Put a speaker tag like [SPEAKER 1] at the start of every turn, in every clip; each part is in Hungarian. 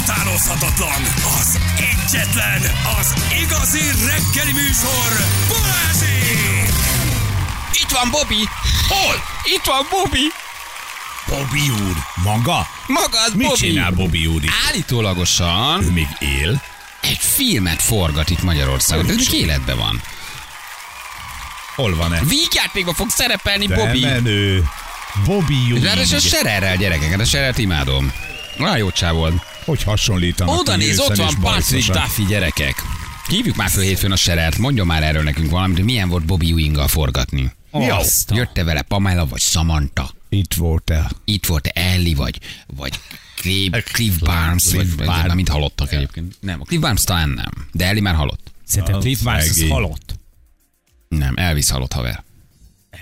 [SPEAKER 1] utánozhatatlan, az egyetlen, az igazi reggeli műsor, Balázsi!
[SPEAKER 2] Itt van Bobby!
[SPEAKER 1] Hol?
[SPEAKER 2] Itt van Bobby!
[SPEAKER 1] Bobby úr, maga?
[SPEAKER 2] Magad,
[SPEAKER 1] Mit
[SPEAKER 2] Bobby!
[SPEAKER 1] csinál Bobby úr itt? Ő
[SPEAKER 2] Állítólagosan
[SPEAKER 1] még él?
[SPEAKER 2] egy filmet forgat itt Magyarországon. Ez még életben van.
[SPEAKER 1] Hol van-e?
[SPEAKER 2] Vígjátékban fog szerepelni
[SPEAKER 1] De
[SPEAKER 2] Bobby.
[SPEAKER 1] menő. Bobby úr.
[SPEAKER 2] Ráadásul a sererrel gyerekeket, a serert imádom. Nagyon jó csávó.
[SPEAKER 1] Hogy hasonlítanak.
[SPEAKER 2] Oda
[SPEAKER 1] így
[SPEAKER 2] néz,
[SPEAKER 1] ősszel
[SPEAKER 2] ott
[SPEAKER 1] és
[SPEAKER 2] van Patrick
[SPEAKER 1] bajszosan.
[SPEAKER 2] Duffy gyerekek. Hívjuk már föl hétfőn a serert, mondjon már erről nekünk valamit, hogy milyen volt Bobby Ewing-gal forgatni.
[SPEAKER 1] Jó.
[SPEAKER 2] Jött-e vele Pamela vagy Samantha?
[SPEAKER 1] Itt voltál.
[SPEAKER 2] itt volt Ellie, vagy, vagy Cliff, Cliff Barnes, vagy, vagy, vagy amit hallottak egyébként. Nem, a Cliff Barnes talán nem, de Ellie már halott.
[SPEAKER 3] Szerintem Cliff Barnes az
[SPEAKER 1] szegény.
[SPEAKER 3] halott.
[SPEAKER 2] Nem, Elvis halott haver.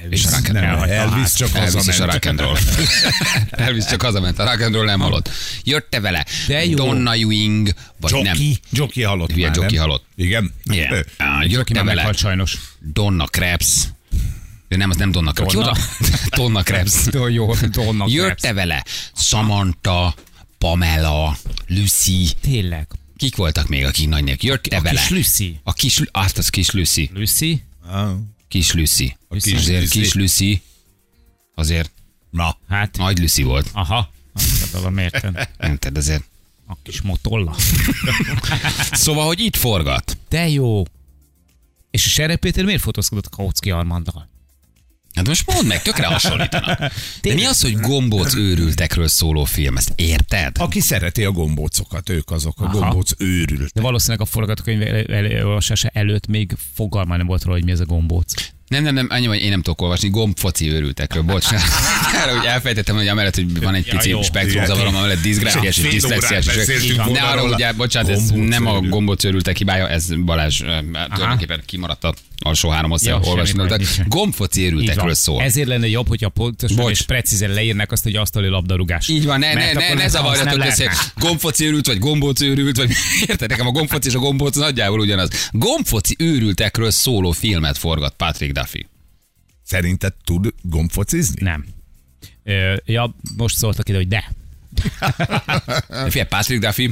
[SPEAKER 2] Elvis, és a rock and
[SPEAKER 1] Nem,
[SPEAKER 2] roll.
[SPEAKER 1] Elvis csak
[SPEAKER 2] Elvis és a
[SPEAKER 1] hazament.
[SPEAKER 2] rock and roll. Elvis csak hazament, a rock and roll nem halott. Jött-e vele?
[SPEAKER 3] De jó.
[SPEAKER 2] Donna Ewing, vagy nem?
[SPEAKER 1] Joki. Joki halott
[SPEAKER 2] Hülye
[SPEAKER 1] már,
[SPEAKER 2] Joki
[SPEAKER 1] nem?
[SPEAKER 2] halott.
[SPEAKER 1] Igen?
[SPEAKER 2] Igen. Á,
[SPEAKER 3] Aki
[SPEAKER 2] Jött-e
[SPEAKER 3] nem
[SPEAKER 2] vele?
[SPEAKER 3] meghalt sajnos.
[SPEAKER 2] Donna Krebs. De nem, az nem Donna Krebs.
[SPEAKER 3] Donna.
[SPEAKER 2] Donna, Donna Krebs.
[SPEAKER 3] De jó, Donna
[SPEAKER 2] Jött-e vele Samantha, Pamela, Lucy,
[SPEAKER 3] Tényleg.
[SPEAKER 2] Kik voltak még, akik nagy nélkül? Jött a vele.
[SPEAKER 3] kis Lucy.
[SPEAKER 2] A kis, azt az kis Lucy.
[SPEAKER 3] Lucy?
[SPEAKER 1] Ah,
[SPEAKER 2] Kis Lucy.
[SPEAKER 1] a kis
[SPEAKER 2] azért
[SPEAKER 1] Lucy.
[SPEAKER 2] kis Lucy. Azért
[SPEAKER 1] Na,
[SPEAKER 3] Hát,
[SPEAKER 2] nagy Lucy volt.
[SPEAKER 3] aha. Abban miért?
[SPEAKER 2] Érted azért.
[SPEAKER 3] A kis motolla.
[SPEAKER 2] Szóval, hogy itt forgat.
[SPEAKER 3] De jó. És a Serre Péter miért fotózkodott Kautsky Armanddal?
[SPEAKER 2] Hát most mondd meg, tökre hasonlítanak. De mi az, hogy gombóc őrültekről szóló film? Ezt érted?
[SPEAKER 1] aki szereti a gombócokat, ők azok a
[SPEAKER 3] Aha.
[SPEAKER 1] gombóc őrült.
[SPEAKER 3] De valószínűleg a forgatókönyv el- el- elolvasása előtt még fogalma nem volt róla, hogy mi ez a gombóc.
[SPEAKER 2] Nem, nem, nem, annyi, hogy én nem tudok olvasni, gombfoci őrültekről, bocsánat. Erre úgy elfejtettem, hogy amellett, hogy van egy
[SPEAKER 3] Ja,
[SPEAKER 2] pici
[SPEAKER 3] jó.
[SPEAKER 2] spektrumzavarom, amellett diszgráfiás és
[SPEAKER 1] Fél
[SPEAKER 2] diszlexiás.
[SPEAKER 1] órát
[SPEAKER 2] is vagyok.
[SPEAKER 1] beszéltünk
[SPEAKER 2] De
[SPEAKER 1] volna
[SPEAKER 2] arról,
[SPEAKER 1] róla.
[SPEAKER 2] ugye, bocsánat, ez
[SPEAKER 1] Gombóc
[SPEAKER 2] nem a
[SPEAKER 1] őrült.
[SPEAKER 2] gombóc őrültek hibája, ez Balázs eh, tulajdonképpen kimaradt a alsó három osztály
[SPEAKER 3] Ja,
[SPEAKER 2] olvasni.
[SPEAKER 3] semmi baj,
[SPEAKER 2] de
[SPEAKER 3] nincs.
[SPEAKER 2] Gombfoci
[SPEAKER 3] Így
[SPEAKER 2] őrültekről
[SPEAKER 3] van.
[SPEAKER 2] szól.
[SPEAKER 3] Ezért lenne jobb, hogyha pontosan
[SPEAKER 2] Bocs.
[SPEAKER 3] és precízen leírnák azt, hogy asztali labdarúgás.
[SPEAKER 2] Így van, ne,
[SPEAKER 3] Mert
[SPEAKER 2] ne, ne,
[SPEAKER 3] akkor
[SPEAKER 2] ne
[SPEAKER 3] az
[SPEAKER 2] zavarjatok
[SPEAKER 3] nem
[SPEAKER 2] össze.
[SPEAKER 3] lehetne.
[SPEAKER 2] Gombfoci őrült, vagy gombóc őrült, vagy érted? Nekem a gombfoci és a gombóc nagyjából ugyanaz. Gombfoci őrültekről szóló filmet forgat Patrick Duffy.
[SPEAKER 1] Szerinted tud gombfocizni?
[SPEAKER 3] Nem. Ö, ja, most szóltak ide, hogy de.
[SPEAKER 2] De Figyelj, Patrick Duffy,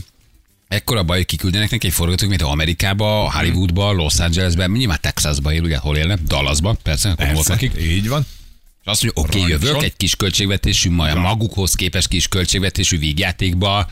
[SPEAKER 2] ekkora baj, hogy kiküldenek neki egy forgatókönyvet Amerikába, Hollywoodba, Los Angeles-ben, nyilván Texasba él, ugye, hol élne, Dallasba, persze, akkor volt
[SPEAKER 1] Persze,
[SPEAKER 2] nekik.
[SPEAKER 1] így van.
[SPEAKER 2] És azt mondja, oké, okay,
[SPEAKER 1] Ranchon.
[SPEAKER 2] jövök egy kis költségvetésű, majd a magukhoz képes kis költségvetésű vígjátékba,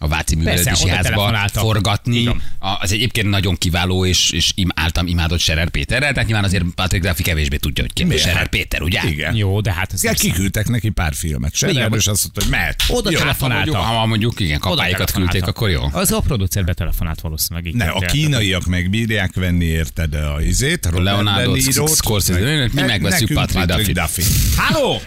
[SPEAKER 2] a Váci Művelődési
[SPEAKER 3] oda
[SPEAKER 2] Házba
[SPEAKER 3] telefonáltak.
[SPEAKER 2] forgatni.
[SPEAKER 3] Igen.
[SPEAKER 2] A- Az egyébként nagyon kiváló, és, és im, általam imádott Serer Péterrel, tehát nyilván azért Patrick Duffy kevésbé tudja, hogy ki
[SPEAKER 1] Miért?
[SPEAKER 2] Serer Péter, ugye?
[SPEAKER 1] Igen.
[SPEAKER 3] Jó, de hát ez
[SPEAKER 1] Ja,
[SPEAKER 3] nem számít.
[SPEAKER 1] kiküldtek neki pár filmet.
[SPEAKER 3] Igen,
[SPEAKER 1] Sem és azt mondta, hogy mehet.
[SPEAKER 3] Oda
[SPEAKER 1] Jó.
[SPEAKER 2] hát, Ha mondjuk,
[SPEAKER 3] telefonáltak.
[SPEAKER 2] ha mondjuk, igen, kapáikat küldték, akkor jó.
[SPEAKER 3] Az a producer betelefonált valószínűleg. Így
[SPEAKER 1] Ne, a
[SPEAKER 3] kell.
[SPEAKER 1] kínaiak megbírják venni, érted a izét, Robert
[SPEAKER 2] Leonardo
[SPEAKER 1] De Nirót,
[SPEAKER 2] Scorsese,
[SPEAKER 1] meg-
[SPEAKER 2] mi
[SPEAKER 1] meg-
[SPEAKER 2] megveszünk
[SPEAKER 1] nekünk
[SPEAKER 2] Patrick
[SPEAKER 1] Duffy.
[SPEAKER 3] Halló!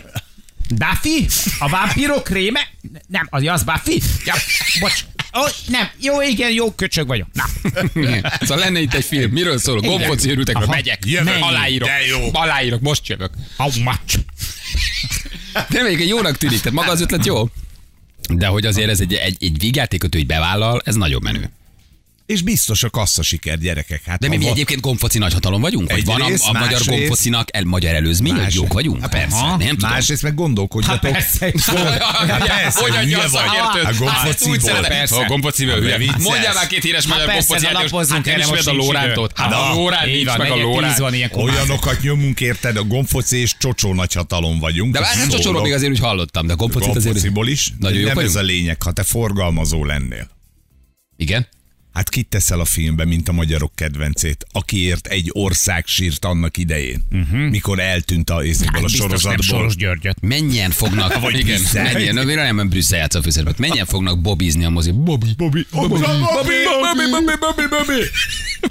[SPEAKER 3] Duffy? A vámpírok réme? Nem, az, az Buffy? Ja, bocs. Ó, nem, jó, igen, jó, köcsög vagyok. Na,
[SPEAKER 2] Igen. Szóval lenne itt egy film, miről szól? Gombóc őrültekről
[SPEAKER 3] Aha.
[SPEAKER 2] megyek,
[SPEAKER 1] Jövök.
[SPEAKER 2] aláírok,
[SPEAKER 1] De jó.
[SPEAKER 2] aláírok, most jövök.
[SPEAKER 3] how much?
[SPEAKER 2] De még egy jónak tűnik, tehát maga az ötlet jó. De hogy azért ez egy, egy, egy vígjátékot, hogy bevállal, ez nagyon menő.
[SPEAKER 1] És biztos a kassza siker, gyerekek. Hát
[SPEAKER 2] De mi,
[SPEAKER 1] ha
[SPEAKER 2] mi
[SPEAKER 1] van-
[SPEAKER 2] egyébként gombfoci nagyhatalom vagyunk? Vagy
[SPEAKER 1] Egy
[SPEAKER 2] van a,
[SPEAKER 1] rész,
[SPEAKER 2] a magyar
[SPEAKER 1] más
[SPEAKER 2] gombfocinak el, magyar előzmény, hogy
[SPEAKER 1] Más-
[SPEAKER 2] jók vagyunk?
[SPEAKER 1] Hát persze.
[SPEAKER 2] Aha, nem tudom.
[SPEAKER 1] Másrészt meg gondolkodjatok.
[SPEAKER 2] Szóval
[SPEAKER 1] Hát persze,
[SPEAKER 2] Hogy adja
[SPEAKER 1] hülye
[SPEAKER 2] a
[SPEAKER 1] vagy.
[SPEAKER 2] szakértőt?
[SPEAKER 1] A gombfoci
[SPEAKER 2] Hát, úgy
[SPEAKER 1] volt.
[SPEAKER 2] szeretem.
[SPEAKER 1] Persze.
[SPEAKER 2] A gombfociból,
[SPEAKER 1] Hát,
[SPEAKER 2] hülye.
[SPEAKER 1] viccelsz.
[SPEAKER 2] Mondjál már két híres magyar
[SPEAKER 3] persze,
[SPEAKER 2] gombfoci
[SPEAKER 3] de
[SPEAKER 2] játékos.
[SPEAKER 3] lapozzunk
[SPEAKER 2] Hát
[SPEAKER 3] erre,
[SPEAKER 2] ismered
[SPEAKER 3] most
[SPEAKER 2] a
[SPEAKER 3] nincs
[SPEAKER 2] Lórántot?
[SPEAKER 3] idő.
[SPEAKER 2] Hát a
[SPEAKER 3] Na,
[SPEAKER 2] Lórán,
[SPEAKER 3] így
[SPEAKER 2] nincs
[SPEAKER 3] van,
[SPEAKER 2] meg a
[SPEAKER 3] negyed tíz
[SPEAKER 2] Lórán.
[SPEAKER 3] van ilyenkor.
[SPEAKER 1] Olyanokat nyomunk, érted, a gombfoci és csocsó nagyhatalom vagyunk.
[SPEAKER 2] De
[SPEAKER 1] azt
[SPEAKER 2] hát
[SPEAKER 1] szólok.
[SPEAKER 2] csocsoró még azért úgy hallottam, de a gombfocit azért...
[SPEAKER 1] Gombfociból is.
[SPEAKER 2] Nagyon
[SPEAKER 1] de
[SPEAKER 2] jó
[SPEAKER 1] nem
[SPEAKER 2] vagyunk.
[SPEAKER 1] ez a lényeg, ha te forgalmazó lennél.
[SPEAKER 2] Igen?
[SPEAKER 1] Hát kit teszel a filmbe, mint a magyarok kedvencét, akiért egy ország sírt annak idején,
[SPEAKER 2] Mhm.
[SPEAKER 1] uh-huh. mikor eltűnt a, hát, a
[SPEAKER 3] Biztos nem
[SPEAKER 1] sorozatból.
[SPEAKER 3] Soros Györgyöt.
[SPEAKER 2] Mennyien fognak,
[SPEAKER 1] Vagy
[SPEAKER 2] igen,
[SPEAKER 1] Brüsszel.
[SPEAKER 2] mennyien, no, nem, nem Brüsszel játsz a főszerepet, mennyien fognak bobizni a mozi? Bobi,
[SPEAKER 1] Bobby, Bobby, Bobby, Bobby, Bobby, Bobby, Bobby,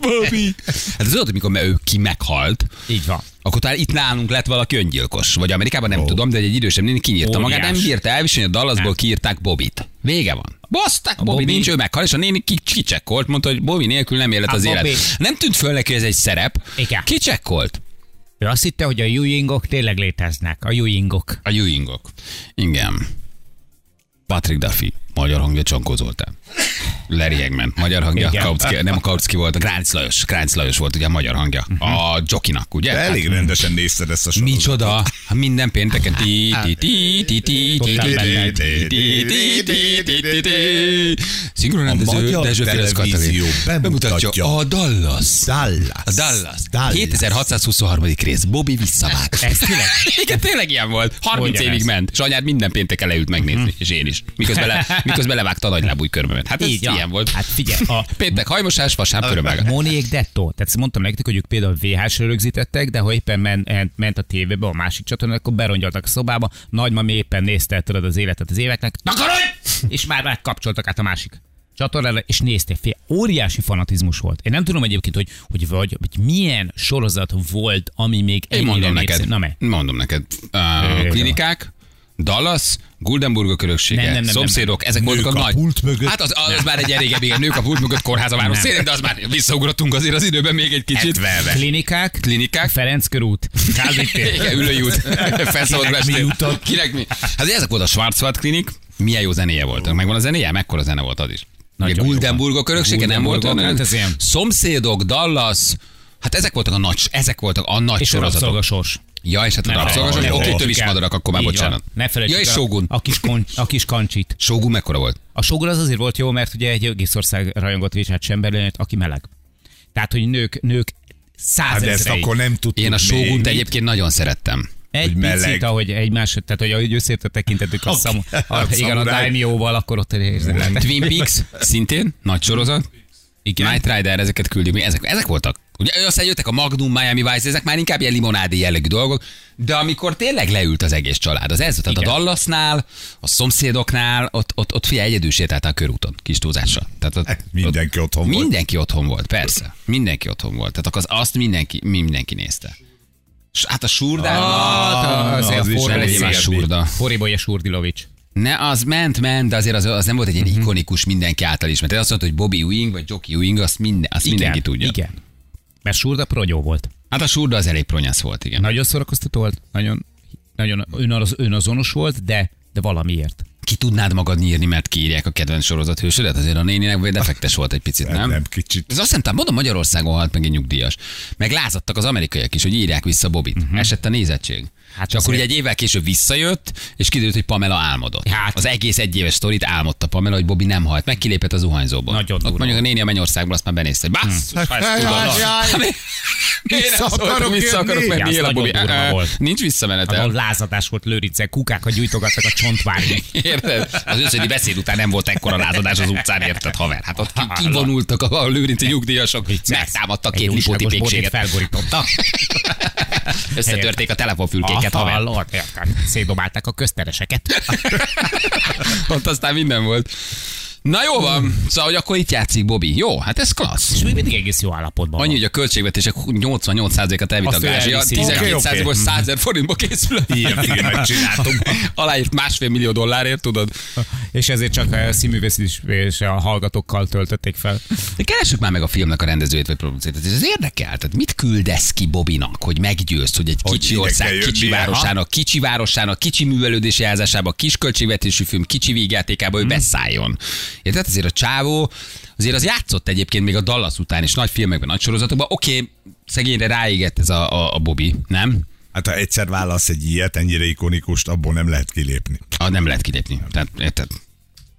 [SPEAKER 1] Bobby.
[SPEAKER 2] Hát az tudod, mikor ő ki meghalt,
[SPEAKER 3] Így van.
[SPEAKER 2] akkor talán itt nálunk lett valaki öngyilkos, vagy Amerikában nem tudom, de egy idősebb néni kinyírta
[SPEAKER 3] Óriás.
[SPEAKER 2] magát, nem bírta elviselni, a Dallasból
[SPEAKER 3] Nem.
[SPEAKER 2] kiírták Bobit. Vége van. Baszták, Bobby,
[SPEAKER 3] Bobby-
[SPEAKER 2] nincs, ő meghal, és a néni ki- kicsekkolt, mondta, hogy Bobby nélkül nem élet
[SPEAKER 3] A
[SPEAKER 2] az élet.
[SPEAKER 3] Hát Bobby.
[SPEAKER 2] Nem tűnt föl neki, hogy ez egy szerep.
[SPEAKER 3] Igen.
[SPEAKER 2] Kicsekkolt.
[SPEAKER 3] Ő azt hitte, hogy a Ewingok tényleg léteznek. A Ewingok.
[SPEAKER 2] A Ewingok. Igen. Patrick Duffy, magyar hangja Csankó Zoltán. Larry Hagman, magyar hangja,
[SPEAKER 3] Igen.
[SPEAKER 2] Kautsky, nem a Kautsky volt, a Gránc Lajos, Gránc Lajos volt ugye a magyar hangja, a Jokinak, ugye?
[SPEAKER 1] Mhm.
[SPEAKER 2] Hát
[SPEAKER 1] Elég rendesen nézted ezt a sorozatot.
[SPEAKER 2] Micsoda, Ha minden pénteken ti ti ti ti ti ti ti ti ti ti ti ti ti ti Szinkronrendező
[SPEAKER 1] magyar
[SPEAKER 2] Dezső Félesz Katalin
[SPEAKER 1] televízió bemutatja
[SPEAKER 2] bemutatja a Dallas.
[SPEAKER 1] Dallas.
[SPEAKER 2] A Dallas.
[SPEAKER 1] Dallas.
[SPEAKER 2] 7623. rész. Bobby visszavág.
[SPEAKER 3] Ez tényleg?
[SPEAKER 2] Igen, tényleg ilyen volt. 30
[SPEAKER 3] Hogyan
[SPEAKER 2] évig
[SPEAKER 3] ez?
[SPEAKER 2] ment. És anyád minden pénteken leült megnézni,
[SPEAKER 3] Mhm.
[SPEAKER 2] és én is. Miközben, le, miközben levágta a nagylábúj körmömet. Hát ez
[SPEAKER 3] Így, ja.
[SPEAKER 2] ilyen volt.
[SPEAKER 3] Hát figyelj, a
[SPEAKER 2] Péntek hajmosás, vasárnap körömvágás.
[SPEAKER 3] Moniék dettó. Tehát mondtam nektek, hogy ők például VHS-re rögzítettek, de ha éppen ment, ment a tévébe, a másik csatornán, akkor berongyoltak a szobába, nagymami éppen nézte tudod, az életet az éveknek, takarodj! És már már kapcsoltak át a másik csatornára, és nézték fél. Óriási fanatizmus volt. Én nem tudom egyébként, hogy, hogy, vagy, hogy milyen sorozat volt, ami még
[SPEAKER 2] Én
[SPEAKER 3] ennyire
[SPEAKER 2] mondom
[SPEAKER 3] népszerű.
[SPEAKER 2] neked.
[SPEAKER 3] Na, me.
[SPEAKER 2] Mondom neked. A klinikák, Dallas, Guldenburg öröksége,
[SPEAKER 3] Nem,
[SPEAKER 2] nem,
[SPEAKER 3] nem,
[SPEAKER 2] nem,
[SPEAKER 3] nem,
[SPEAKER 2] szomszédok, ezek voltak a
[SPEAKER 1] a
[SPEAKER 2] nagy.
[SPEAKER 1] pult mögött.
[SPEAKER 2] Hát az, az már egy elég igen, nők a pult mögött kórháza város
[SPEAKER 3] Nem.
[SPEAKER 2] szélén, de az már visszaugrottunk azért az időben még egy kicsit.
[SPEAKER 3] Klinikák,
[SPEAKER 2] Klinikák.
[SPEAKER 3] Ferenc körút, Kálvin tér.
[SPEAKER 2] Igen, ülői út. Felszabad
[SPEAKER 1] mi jutott?
[SPEAKER 2] Kinek mi? Hát ezek volt a Schwarzwald klinik. Milyen jó zenéje volt. Megvan a zenéje? Mekkora zene volt az is?
[SPEAKER 3] Nagyon
[SPEAKER 2] Ugye
[SPEAKER 3] jó
[SPEAKER 2] Guldenburgok öröksége nem volt
[SPEAKER 3] Guldenburgok,
[SPEAKER 2] olyan?
[SPEAKER 3] hát ez ilyen.
[SPEAKER 2] Szomszédok, Dallas, Hát ezek voltak a nagy, ezek voltak a nagy
[SPEAKER 3] És a
[SPEAKER 2] sorozatok.
[SPEAKER 3] rabszolgasors.
[SPEAKER 2] Ja, és hát a
[SPEAKER 3] Ne
[SPEAKER 2] rabszolgason,
[SPEAKER 1] felejtsük
[SPEAKER 2] oké,
[SPEAKER 1] el.
[SPEAKER 2] tövis madarak, akkor már
[SPEAKER 3] Így van.
[SPEAKER 2] bocsánat.
[SPEAKER 3] Ne
[SPEAKER 2] ja,
[SPEAKER 3] felejtsük
[SPEAKER 2] és
[SPEAKER 3] el a-
[SPEAKER 2] Sógun.
[SPEAKER 3] A kis, kon, a kis kancsit.
[SPEAKER 2] Sógun mekkora volt?
[SPEAKER 3] A sógor az azért volt jó, mert ugye egy Észország rajongott Richard Chamberlain, aki meleg. Tehát, hogy nők, nők
[SPEAKER 1] Hát de ezt
[SPEAKER 3] százezrei.
[SPEAKER 1] akkor nem tudtuk
[SPEAKER 2] Én a
[SPEAKER 1] még.
[SPEAKER 2] Sógunt egyébként nagyon szerettem.
[SPEAKER 3] Egy
[SPEAKER 1] hogy
[SPEAKER 3] hogy picit,
[SPEAKER 1] meleg.
[SPEAKER 3] ahogy egymás, tehát hogy ahogy összét tekintettük a, szamu, a,
[SPEAKER 1] a
[SPEAKER 3] igen, a
[SPEAKER 1] szamuráj.
[SPEAKER 3] daimjóval, akkor ott érzem.
[SPEAKER 2] Twin Peaks, szintén, nagy sorozat. Igen. Night Rider, ezeket küldjük mi, ezek, ezek voltak. Ugye aztán jöttek a Magnum, Miami Vice, ezek már inkább ilyen limonádi jellegű dolgok, de amikor tényleg leült az egész család, az ez volt, tehát a Dallasnál, a szomszédoknál, ott, ott, ott figyelj, egyedül sétáltál körúton, kis túlzással. Tehát ott,
[SPEAKER 1] Hát, Mindenki otthon volt.
[SPEAKER 2] Mindenki otthon volt, persze. Mindenki otthon volt. Tehát akkor az, azt mindenki, mindenki nézte. S, hát a surdán... Hát,
[SPEAKER 3] Ah, az,
[SPEAKER 1] az
[SPEAKER 3] az
[SPEAKER 1] is
[SPEAKER 3] a
[SPEAKER 2] Ne
[SPEAKER 1] elég
[SPEAKER 2] legyél már
[SPEAKER 1] szép.
[SPEAKER 2] surda.
[SPEAKER 3] Horibolya Surdilovics.
[SPEAKER 2] Ne, az ment, ment, de azért az, az nem volt egy ilyen
[SPEAKER 3] Mhm.
[SPEAKER 2] ikonikus mindenki által ismert. Azt mondta, hogy Bobby Ewing vagy Jockey Ewing, azt, minden, azt mindenki tudja.
[SPEAKER 3] Igen. Mert Surda progyó volt.
[SPEAKER 2] Hát a surda az elég pronyasz volt, igen.
[SPEAKER 3] Nagyon szórakoztató volt, nagyon, nagyon ön az, önazonos volt, de, de valamiért.
[SPEAKER 2] Ki tudnád magad nyírni, mert kiírják a kedvenc sorozat hősödet? Azért a néninek vagy defektes volt egy picit, nem?
[SPEAKER 1] nem, kicsit.
[SPEAKER 2] Ez azt hiszem, talán mondom, Magyarországon halt meg egy nyugdíjas. Meg lázadtak az amerikaiak is, hogy írják vissza Bobit. Uh-huh. Esett a nézettség.
[SPEAKER 3] Hát
[SPEAKER 2] Hát Csak akkor
[SPEAKER 3] azért-
[SPEAKER 2] ugye egy évvel később visszajött, és kiderült, hogy Pamela álmodott.
[SPEAKER 3] Hát.
[SPEAKER 2] Hát. Az egész egyéves sztorit álmodta Pamela, hogy Bobby nem halt meg, kilépett az zuhanyzóból.
[SPEAKER 3] Nagyon
[SPEAKER 2] Ott
[SPEAKER 3] durva.
[SPEAKER 2] mondjuk a néni a Mennyországból azt már benézte, hogy basszus, ha ezt
[SPEAKER 1] Jaj,
[SPEAKER 2] tudom, na.
[SPEAKER 1] jaj.
[SPEAKER 2] Mi- Miért nem
[SPEAKER 1] akarok
[SPEAKER 2] szóltam, vissza
[SPEAKER 1] jönni?
[SPEAKER 2] akarok menni,
[SPEAKER 3] Ja,
[SPEAKER 2] él a
[SPEAKER 3] az
[SPEAKER 2] Bobby.
[SPEAKER 3] nagyon durva
[SPEAKER 2] Á,
[SPEAKER 3] volt.
[SPEAKER 2] Nincs visszamenetel.
[SPEAKER 3] Ahol Hát lázadás volt, lőrince, kukákat gyújtogattak a csontvárig.
[SPEAKER 2] Érted? Az összödi beszéd után nem volt ekkora lázadás az utcán, érted, haver? Hát ott ki- kivonultak a a lőrinci nyugdíjasok, megtámadtak két lipóti
[SPEAKER 3] újságos bornét
[SPEAKER 2] pékséget,
[SPEAKER 3] felborította.
[SPEAKER 2] összetörték a telefonfülkéket,
[SPEAKER 3] Aha,
[SPEAKER 2] haver.
[SPEAKER 3] hallod? Érted. Szétdobálták a köztereseket.
[SPEAKER 2] Ott aztán minden volt. Na jó van, szóval, hogy akkor itt játszik Bobby. Jó, hát ez klassz.
[SPEAKER 3] És még mindig egész jó állapotban
[SPEAKER 2] Annyi, hogy a költségvetések 88%-át elvitt a
[SPEAKER 3] Azt ő
[SPEAKER 2] gázsia,
[SPEAKER 3] elviszi.
[SPEAKER 2] 12%-ból 100 ezer forintba készül.
[SPEAKER 1] Ilyen filmet csináltunk.
[SPEAKER 2] Aláírt másfél millió dollárért, tudod?
[SPEAKER 3] van. És ezért csak a színművész és a hallgatókkal töltötték fel.
[SPEAKER 2] De keressük már meg a filmnek a rendezőjét vagy producentét. Ez érdekel. Tehát mit küldesz ki Bobinak, hogy meggyőzd, hogy egy
[SPEAKER 1] Hogy
[SPEAKER 2] kicsi
[SPEAKER 1] ide kell
[SPEAKER 2] ország,
[SPEAKER 1] jönnie,
[SPEAKER 2] kicsi
[SPEAKER 1] ha?
[SPEAKER 2] városának, kicsi városának, kicsi művelődési házásába, kis költségvetésű film, kicsi végjátékába
[SPEAKER 3] Hmm.
[SPEAKER 2] ő beszálljon. Érted? Azért a csávó, azért az játszott egyébként még a Dallas után is nagy filmekben, nagy sorozatokban. Oké, okay, szegényre ráégett ez a, a, a Bobby, nem?
[SPEAKER 1] Hát ha egyszer válasz egy ilyet, ennyire ikonikust, abból nem lehet kilépni.
[SPEAKER 2] Ah, nem lehet kilépni. Tehát, érted?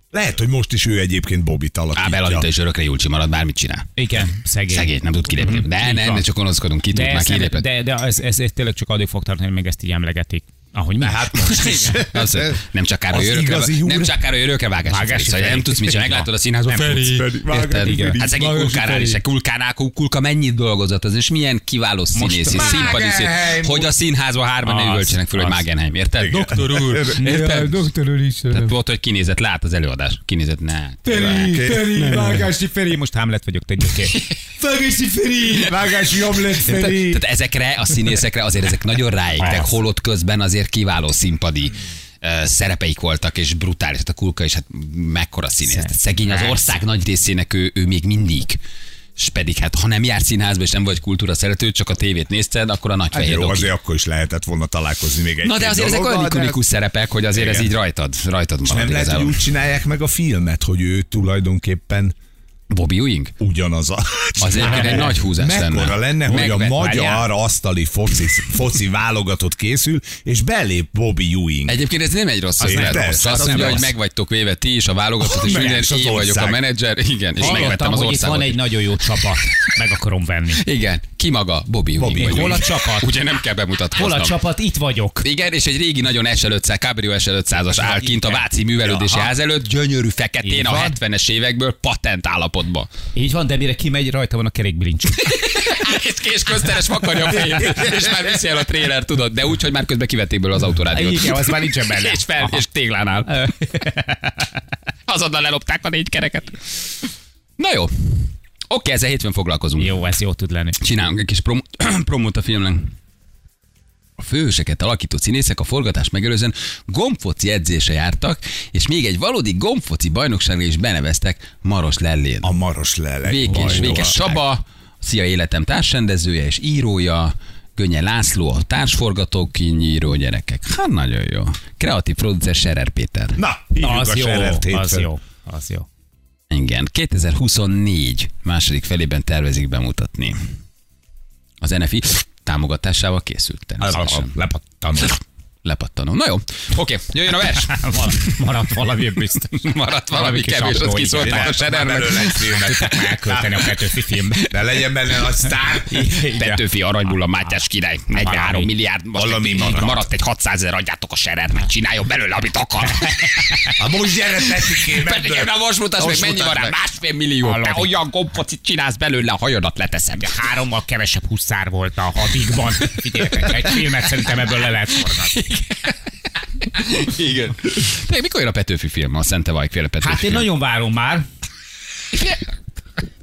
[SPEAKER 1] Lehet, hogy most is ő egyébként Bobit
[SPEAKER 2] Ábel
[SPEAKER 1] alakítja. Hát,
[SPEAKER 2] Anita is örökre Julcsi marad, bármit csinál.
[SPEAKER 3] Igen, szegény.
[SPEAKER 2] Szegény, nem tud kilépni. De,
[SPEAKER 3] Így
[SPEAKER 2] nem,
[SPEAKER 3] van.
[SPEAKER 2] de csak gonoszkodunk, ki tud,
[SPEAKER 3] De,
[SPEAKER 2] már
[SPEAKER 3] ezt nem,
[SPEAKER 2] kilépett.
[SPEAKER 3] de, de ez, ez, ez, tényleg csak addig fog tartani, hogy még ezt így emlegetik. Ahogy mi. Hát most
[SPEAKER 2] Igen. Az, nem csak
[SPEAKER 1] Az
[SPEAKER 2] károly örökre,
[SPEAKER 1] igazi
[SPEAKER 2] vá-
[SPEAKER 1] húr.
[SPEAKER 2] nem csak károly örökre vágás.
[SPEAKER 3] Vágási
[SPEAKER 2] Vágás szóval
[SPEAKER 3] Feri.
[SPEAKER 2] nem tudsz mit csinálni, meglátod a színházban.
[SPEAKER 3] Nem
[SPEAKER 2] Feri.
[SPEAKER 1] tudsz, Feri.
[SPEAKER 2] Érted?
[SPEAKER 1] Vágási Feri.
[SPEAKER 2] Hát szegény
[SPEAKER 1] Vágási
[SPEAKER 2] kulkánál
[SPEAKER 1] Feri.
[SPEAKER 2] is, egy kulkánál, kulka mennyit dolgozott az, és milyen kiváló színész, és színpadi szín, hogy a színházba hárman ne
[SPEAKER 3] Az,
[SPEAKER 2] üvöltsenek föl, hogy
[SPEAKER 3] az.
[SPEAKER 2] Magenheim, érted?
[SPEAKER 1] Doktor úr.
[SPEAKER 2] Érted?
[SPEAKER 3] Doktor úr is.
[SPEAKER 2] Tehát volt, hogy kinézett, lát az előadás. Kinézett, ne.
[SPEAKER 3] Feri, Feri, Vágási Feri, most Hamlet vagyok, tegyük ki.
[SPEAKER 1] Vágási Feri! Vágási Omlet
[SPEAKER 2] Érted? Tehát ezekre a színészekre azért ezek nagyon ráégtek, holott közben azért kiváló színpadi ö, szerepeik voltak, és brutális. Tehát a Kulka is, hát mekkora színész. Tehát szegény az ország nagy részének ő, ő még mindig. És pedig, hát ha nem jársz színházba, és nem vagy kultúra szerető, csak a tévét nézted, akkor a nagy
[SPEAKER 1] Hát
[SPEAKER 2] fehér
[SPEAKER 1] jó,
[SPEAKER 2] doki.
[SPEAKER 1] azért akkor is lehetett volna találkozni még egy hát-
[SPEAKER 2] Na de azért ezek olyan ikonikus szerepek, hogy azért ez
[SPEAKER 1] Igen.
[SPEAKER 2] így rajtad, rajtad
[SPEAKER 1] Nem
[SPEAKER 2] marad
[SPEAKER 1] lehet, hogy
[SPEAKER 2] igazából.
[SPEAKER 1] úgy csinálják meg a filmet, hogy ő tulajdonképpen
[SPEAKER 2] Bobby Ewing?
[SPEAKER 1] Ugyanaz a...
[SPEAKER 2] Az egyébként egy nagy húzás
[SPEAKER 1] Mekkora
[SPEAKER 2] lenne.
[SPEAKER 1] lenne, hogy a
[SPEAKER 2] Megvet-
[SPEAKER 1] magyar
[SPEAKER 2] várjál.
[SPEAKER 1] asztali foci, foci válogatott készül, és belép Bobby Ewing.
[SPEAKER 2] Egyébként ez nem egy rossz
[SPEAKER 1] Az nem
[SPEAKER 2] ötlet.
[SPEAKER 1] rossz, az
[SPEAKER 2] Azt
[SPEAKER 1] nem
[SPEAKER 2] mondja, hogy
[SPEAKER 1] rossz.
[SPEAKER 2] meg vagytok véve ti is, a válogatott,
[SPEAKER 1] A
[SPEAKER 2] és
[SPEAKER 1] mens,
[SPEAKER 2] minden,
[SPEAKER 1] az
[SPEAKER 2] én vagyok
[SPEAKER 1] ország.
[SPEAKER 2] a menedzser, igen, és megvettem
[SPEAKER 3] Hallottam,
[SPEAKER 2] az
[SPEAKER 3] hogy itt van
[SPEAKER 2] országot.
[SPEAKER 3] egy nagyon jó csapat. Meg akarom venni.
[SPEAKER 2] Igen, ki maga? Bobby Ewing.
[SPEAKER 1] Bobby
[SPEAKER 2] vagyok.
[SPEAKER 1] Ewing.
[SPEAKER 3] Hol a csapat?
[SPEAKER 2] Ugye nem kell
[SPEAKER 3] Hol
[SPEAKER 2] bemutatkoznom.
[SPEAKER 3] a csapat? Itt vagyok.
[SPEAKER 2] Igen, és egy régi nagyon S500, Cabrio S500-as áll kint a Váci művelődési
[SPEAKER 3] Hát, Aha.
[SPEAKER 2] ház előtt, gyönyörű feketén
[SPEAKER 3] Így
[SPEAKER 2] a
[SPEAKER 3] van.
[SPEAKER 2] 70-es évekből patent állapotban.
[SPEAKER 3] Így van, de mire kimegy, rajta van a kerékbilincs.
[SPEAKER 2] és kés közteres vakarja fény, és már viszi el a tréler, tudod, de úgy, hogy már közben kivették belőle az autorádiót.
[SPEAKER 3] Igen, az már nincsen benne.
[SPEAKER 2] És, fel, és téglán áll. Azonnal lelopták a négy kereket. Na jó. Oké, ezzel hétfőn foglalkozunk.
[SPEAKER 3] Jó, ez jó tud lenni.
[SPEAKER 2] Csinálunk egy kis prom- promót a filmnek. A főhőseket alakító színészek a forgatás megelőzően gombfoci edzése jártak, és még egy valódi gombfoci bajnokságra is beneveztek Maros Lellén.
[SPEAKER 1] A maros lelek.
[SPEAKER 2] Békés,
[SPEAKER 1] bajnokság.
[SPEAKER 2] Békés Saba, Szia Életem társrendezője és írója, Gönye László a társforgatókönyvíró gyerekek. Hát nagyon jó. Kreatív producer Serer Péter.
[SPEAKER 1] Na, hívjuk
[SPEAKER 3] Az
[SPEAKER 1] a
[SPEAKER 3] jó,
[SPEAKER 1] Serert
[SPEAKER 3] az
[SPEAKER 1] hétfőn.
[SPEAKER 3] jó, az jó.
[SPEAKER 2] Igen, 2024 második felében tervezik bemutatni. Az NFI támogatásával készült
[SPEAKER 1] Hát,
[SPEAKER 2] természetesen.
[SPEAKER 1] Lepattam.
[SPEAKER 2] Lepattanó. Na jó, oké, jöjjön a vers.
[SPEAKER 3] Van- Maradt valami biztos.
[SPEAKER 2] Maradt valami
[SPEAKER 3] Valami kis
[SPEAKER 2] kevés, azt
[SPEAKER 3] apró,
[SPEAKER 2] kiszólták a
[SPEAKER 1] igen. Már
[SPEAKER 2] sedernek.
[SPEAKER 1] belőle egy filmet.
[SPEAKER 3] Tudtak már költeni a Petőfi filmbe.
[SPEAKER 1] De legyen benne a sztár.
[SPEAKER 2] Petőfi Aranybulla Mátyás király, 43 milliárd, most
[SPEAKER 1] Valami
[SPEAKER 2] egy-
[SPEAKER 1] maradt.
[SPEAKER 2] maradt egy 600 ezer, adjátok a serernek, csináljon belőle, amit akar.
[SPEAKER 1] A most gyere, Petikém,
[SPEAKER 2] Pedig én a most mutasd meg,
[SPEAKER 1] Most
[SPEAKER 2] mennyi van
[SPEAKER 1] mutasd
[SPEAKER 2] rá,
[SPEAKER 1] meg.
[SPEAKER 2] másfél millió, te
[SPEAKER 3] Hallod?
[SPEAKER 2] olyan gombfocit csinálsz belőle, a hajadat leteszem.
[SPEAKER 3] Hárommal kevesebb huszár volt a hatikban. Figyeljetek, egy filmet szerintem ebből le lehet forgatni.
[SPEAKER 2] Igen. Te mikor jön a Petőfi film, a Szente Vajkféle Petőfi
[SPEAKER 3] Hát én
[SPEAKER 2] film?
[SPEAKER 3] nagyon várom már.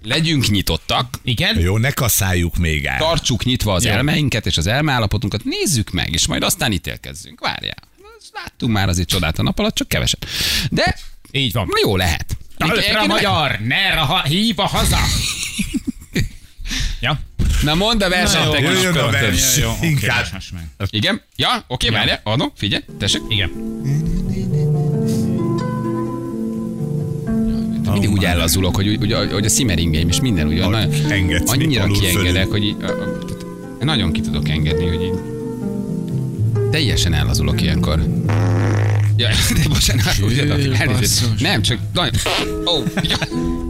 [SPEAKER 2] Legyünk nyitottak,
[SPEAKER 3] Igen?
[SPEAKER 1] Jó, ne kaszáljuk még el.
[SPEAKER 2] tartsuk nyitva az
[SPEAKER 3] Jó.
[SPEAKER 2] elmeinket és az elmeállapotunkat, nézzük meg, és majd aztán ítélkezzünk. Várjál. Azt Láttunk már azért csodát a nap alatt, csak keveset. De
[SPEAKER 3] Így van.
[SPEAKER 2] jó lehet.
[SPEAKER 3] Talpra
[SPEAKER 2] Egyébként-
[SPEAKER 3] magyar, ne raha, hív a haza! ja?
[SPEAKER 2] Na mondd a versenyt,
[SPEAKER 3] Na
[SPEAKER 2] te
[SPEAKER 3] jó,
[SPEAKER 2] kis
[SPEAKER 1] Jöjjön a
[SPEAKER 2] költő.
[SPEAKER 1] vers. Inkább.
[SPEAKER 2] Igen? Ja, oké, várjál, adom, figyelj, tessék.
[SPEAKER 3] Igen.
[SPEAKER 2] Mindig úgy ellazulok, hogy, úgy- úgy, a- hogy a szimeringém és minden ugyan.
[SPEAKER 1] Ahogy
[SPEAKER 2] nagyon-
[SPEAKER 1] engedsz,
[SPEAKER 2] annyira
[SPEAKER 1] alul
[SPEAKER 2] kiengedek,
[SPEAKER 1] fölül.
[SPEAKER 2] hogy így, a- a- tehát nagyon ki tudok engedni, hogy így teljesen ellazulok ilyenkor. Ja, de bocsánat, ugye, elnézést. Nem, csak nagyon... Ó, oh,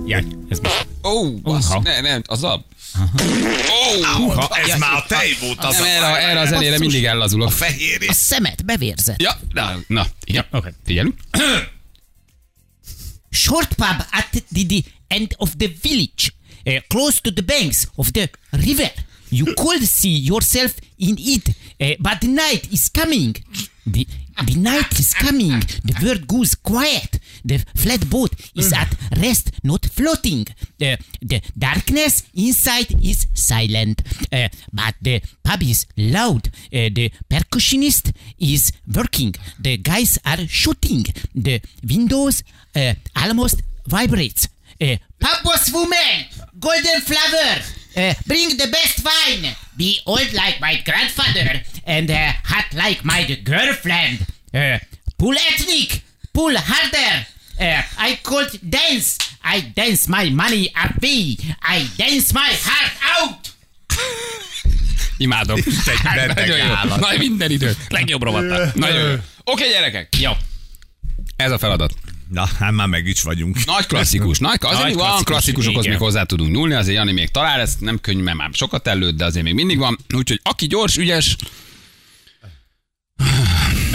[SPEAKER 3] Ja, ez most.
[SPEAKER 2] ó, oh,
[SPEAKER 3] Uha.
[SPEAKER 2] ne, nem, az a... Ó, oh,
[SPEAKER 1] Ha ez már a tej volt az
[SPEAKER 2] nem, erre, erre a zenére mindig ellazulok.
[SPEAKER 1] fehér és
[SPEAKER 4] szemet bevérzett.
[SPEAKER 2] Ja, na, na, igen,
[SPEAKER 3] Oké.
[SPEAKER 2] figyelünk.
[SPEAKER 4] Short pub at the, the end of the village, eh, close to the banks of the river. You could see yourself in it, eh, but the night is coming. The, the night is coming. The world goes quiet. The flat boat is at rest, not floating. Eh, the darkness inside is silent, eh, but the pub is loud. Eh, the percussionist is working. The guys are shooting. The windows uh, almost vibrates. Uh, Pampos woman, golden flower, uh, bring the best wine. Be old like my grandfather and uh, hot like my girlfriend. Uh, pull ethnic, pull harder. Uh, I could dance. I dance my money away. I dance my heart out.
[SPEAKER 2] Imádom.
[SPEAKER 1] egy beteg
[SPEAKER 2] Nagyon jó.
[SPEAKER 1] állat.
[SPEAKER 2] Nagy minden idő. Legjobb rovattal. Nagyon jó. Oké, gyerekek. Jó. Ez a feladat.
[SPEAKER 1] Na, hát már meg is vagyunk.
[SPEAKER 2] Nagy klasszikus. Nagy, azért
[SPEAKER 3] Nagy
[SPEAKER 2] még van
[SPEAKER 3] klasszikus,
[SPEAKER 2] klasszikusokhoz,
[SPEAKER 3] igen.
[SPEAKER 2] még hozzá tudunk nyúlni, azért Jani még talál, ezt nem könnyű, mert már sokat előtt, de azért még mindig van. Úgyhogy aki gyors, ügyes,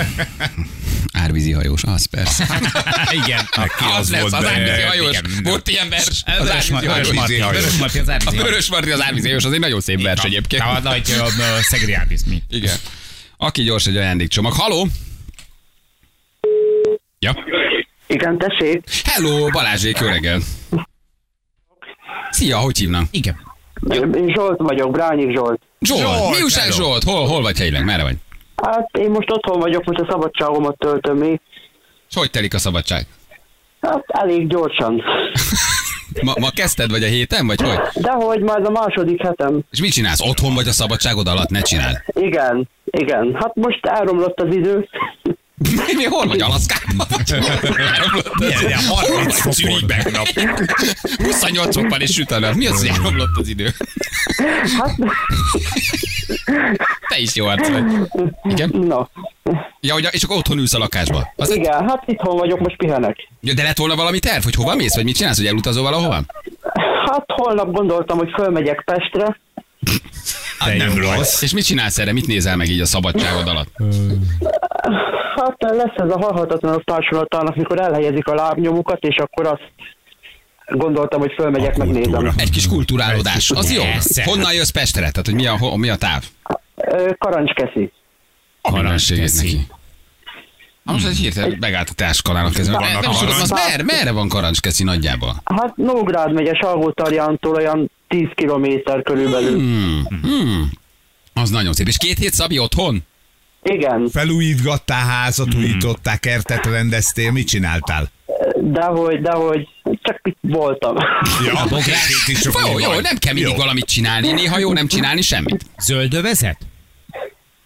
[SPEAKER 2] Árvízi hajós, az persze.
[SPEAKER 3] Igen.
[SPEAKER 1] Neki az,
[SPEAKER 2] az lesz,
[SPEAKER 1] volt
[SPEAKER 2] az
[SPEAKER 1] benne.
[SPEAKER 2] árvízi hajós.
[SPEAKER 3] igen.
[SPEAKER 2] Volt ilyen vers. Az
[SPEAKER 3] Vörös
[SPEAKER 2] árvízi hajós.
[SPEAKER 1] Vörös Marti.
[SPEAKER 3] Vörös Marti az
[SPEAKER 2] A
[SPEAKER 3] árvízi hajó.
[SPEAKER 2] Vörös Marti az árvízi hajós, az egy nagyon szép vers egyébként.
[SPEAKER 3] Na, hát- a nagy ö, ö, szegriátis mi.
[SPEAKER 2] Igen. Aki gyors, egy ajándékcsomag. Haló! Ja.
[SPEAKER 5] Igen, tessék.
[SPEAKER 2] Hello, Balázsék, jó reggel. Szia, hogy hívnak?
[SPEAKER 3] Igen.
[SPEAKER 5] Én Zsolt vagyok, Brányik Zsolt.
[SPEAKER 2] Zsolt,
[SPEAKER 1] Zsolt,
[SPEAKER 2] Zsolt mi újság
[SPEAKER 1] hello.
[SPEAKER 2] Zsolt? Hol, hol vagy helyileg? Merre vagy?
[SPEAKER 5] Hát én most otthon vagyok, most a szabadságomat töltöm még.
[SPEAKER 2] És hogy telik a szabadság?
[SPEAKER 5] Hát elég gyorsan.
[SPEAKER 2] Ma, ma kezdted, vagy a héten, vagy hogy?
[SPEAKER 5] De hogy majd a második hetem.
[SPEAKER 2] És mit csinálsz? Otthon vagy a szabadságod alatt? Ne csináld.
[SPEAKER 5] Igen, igen. Hát most elromlott az idő.
[SPEAKER 2] Mi hol vagy Alaszkában? Vagy hol? Áramlott az-
[SPEAKER 1] Milyen, ilyen 30
[SPEAKER 2] Hol vagy
[SPEAKER 1] fokon?
[SPEAKER 2] Zürichben nap? 28 fokban és süt a nap. Mi az, hogy áramlott az idő?
[SPEAKER 5] Hát,
[SPEAKER 2] Te is jó arc vagy. Igen?
[SPEAKER 5] na.
[SPEAKER 2] Ja, hogy, és akkor otthon ülsz a lakásba. Azt,
[SPEAKER 5] Igen, hát itthon vagyok, most pihenek.
[SPEAKER 2] ja, de lett volna valami terv, hogy hova mész, vagy mit csinálsz, hogy elutazol valahova?
[SPEAKER 5] Hát holnap gondoltam, hogy fölmegyek Pestre.
[SPEAKER 1] Hát nem rossz.
[SPEAKER 2] És mit csinálsz erre? Mit nézel meg így a szabadságod alatt?
[SPEAKER 5] Hát lesz ez a halhatatlanok társulatának, mikor elhelyezik a lábnyomukat, és akkor azt gondoltam, hogy fölmegyek, megnézem.
[SPEAKER 2] Egy kis kulturálódás. Az jó.
[SPEAKER 3] Persze.
[SPEAKER 2] Honnan jössz Pestre? Tehát, hogy mi a, ho, mi a táv?
[SPEAKER 5] Ö, Karancskeszi.
[SPEAKER 2] Karanséged
[SPEAKER 3] teszi.
[SPEAKER 2] neki. Na most egy hirtelen megállt a táskalán a kezem.
[SPEAKER 5] Vannak
[SPEAKER 2] Nem is tudom, az
[SPEAKER 5] karancs-
[SPEAKER 2] merre, merre van karancskeszi nagyjából?
[SPEAKER 5] Hát Nógrád megye Salgótarjántól olyan 10 kilométer körülbelül.
[SPEAKER 2] Hmm. Hmm. Az nagyon szép. És két hét Szabi otthon?
[SPEAKER 5] Igen,
[SPEAKER 1] Felújítgattál házat,
[SPEAKER 2] Hmm.
[SPEAKER 1] újítottál, kertet rendeztél, mit csináltál?
[SPEAKER 5] dehogy, dehogy, csak itt voltam.
[SPEAKER 1] Ja, a bográs.
[SPEAKER 2] Jó, jó, nem kell mindig valamit csinálni, néha jó nem csinálni semmit.
[SPEAKER 3] Zöldövezet?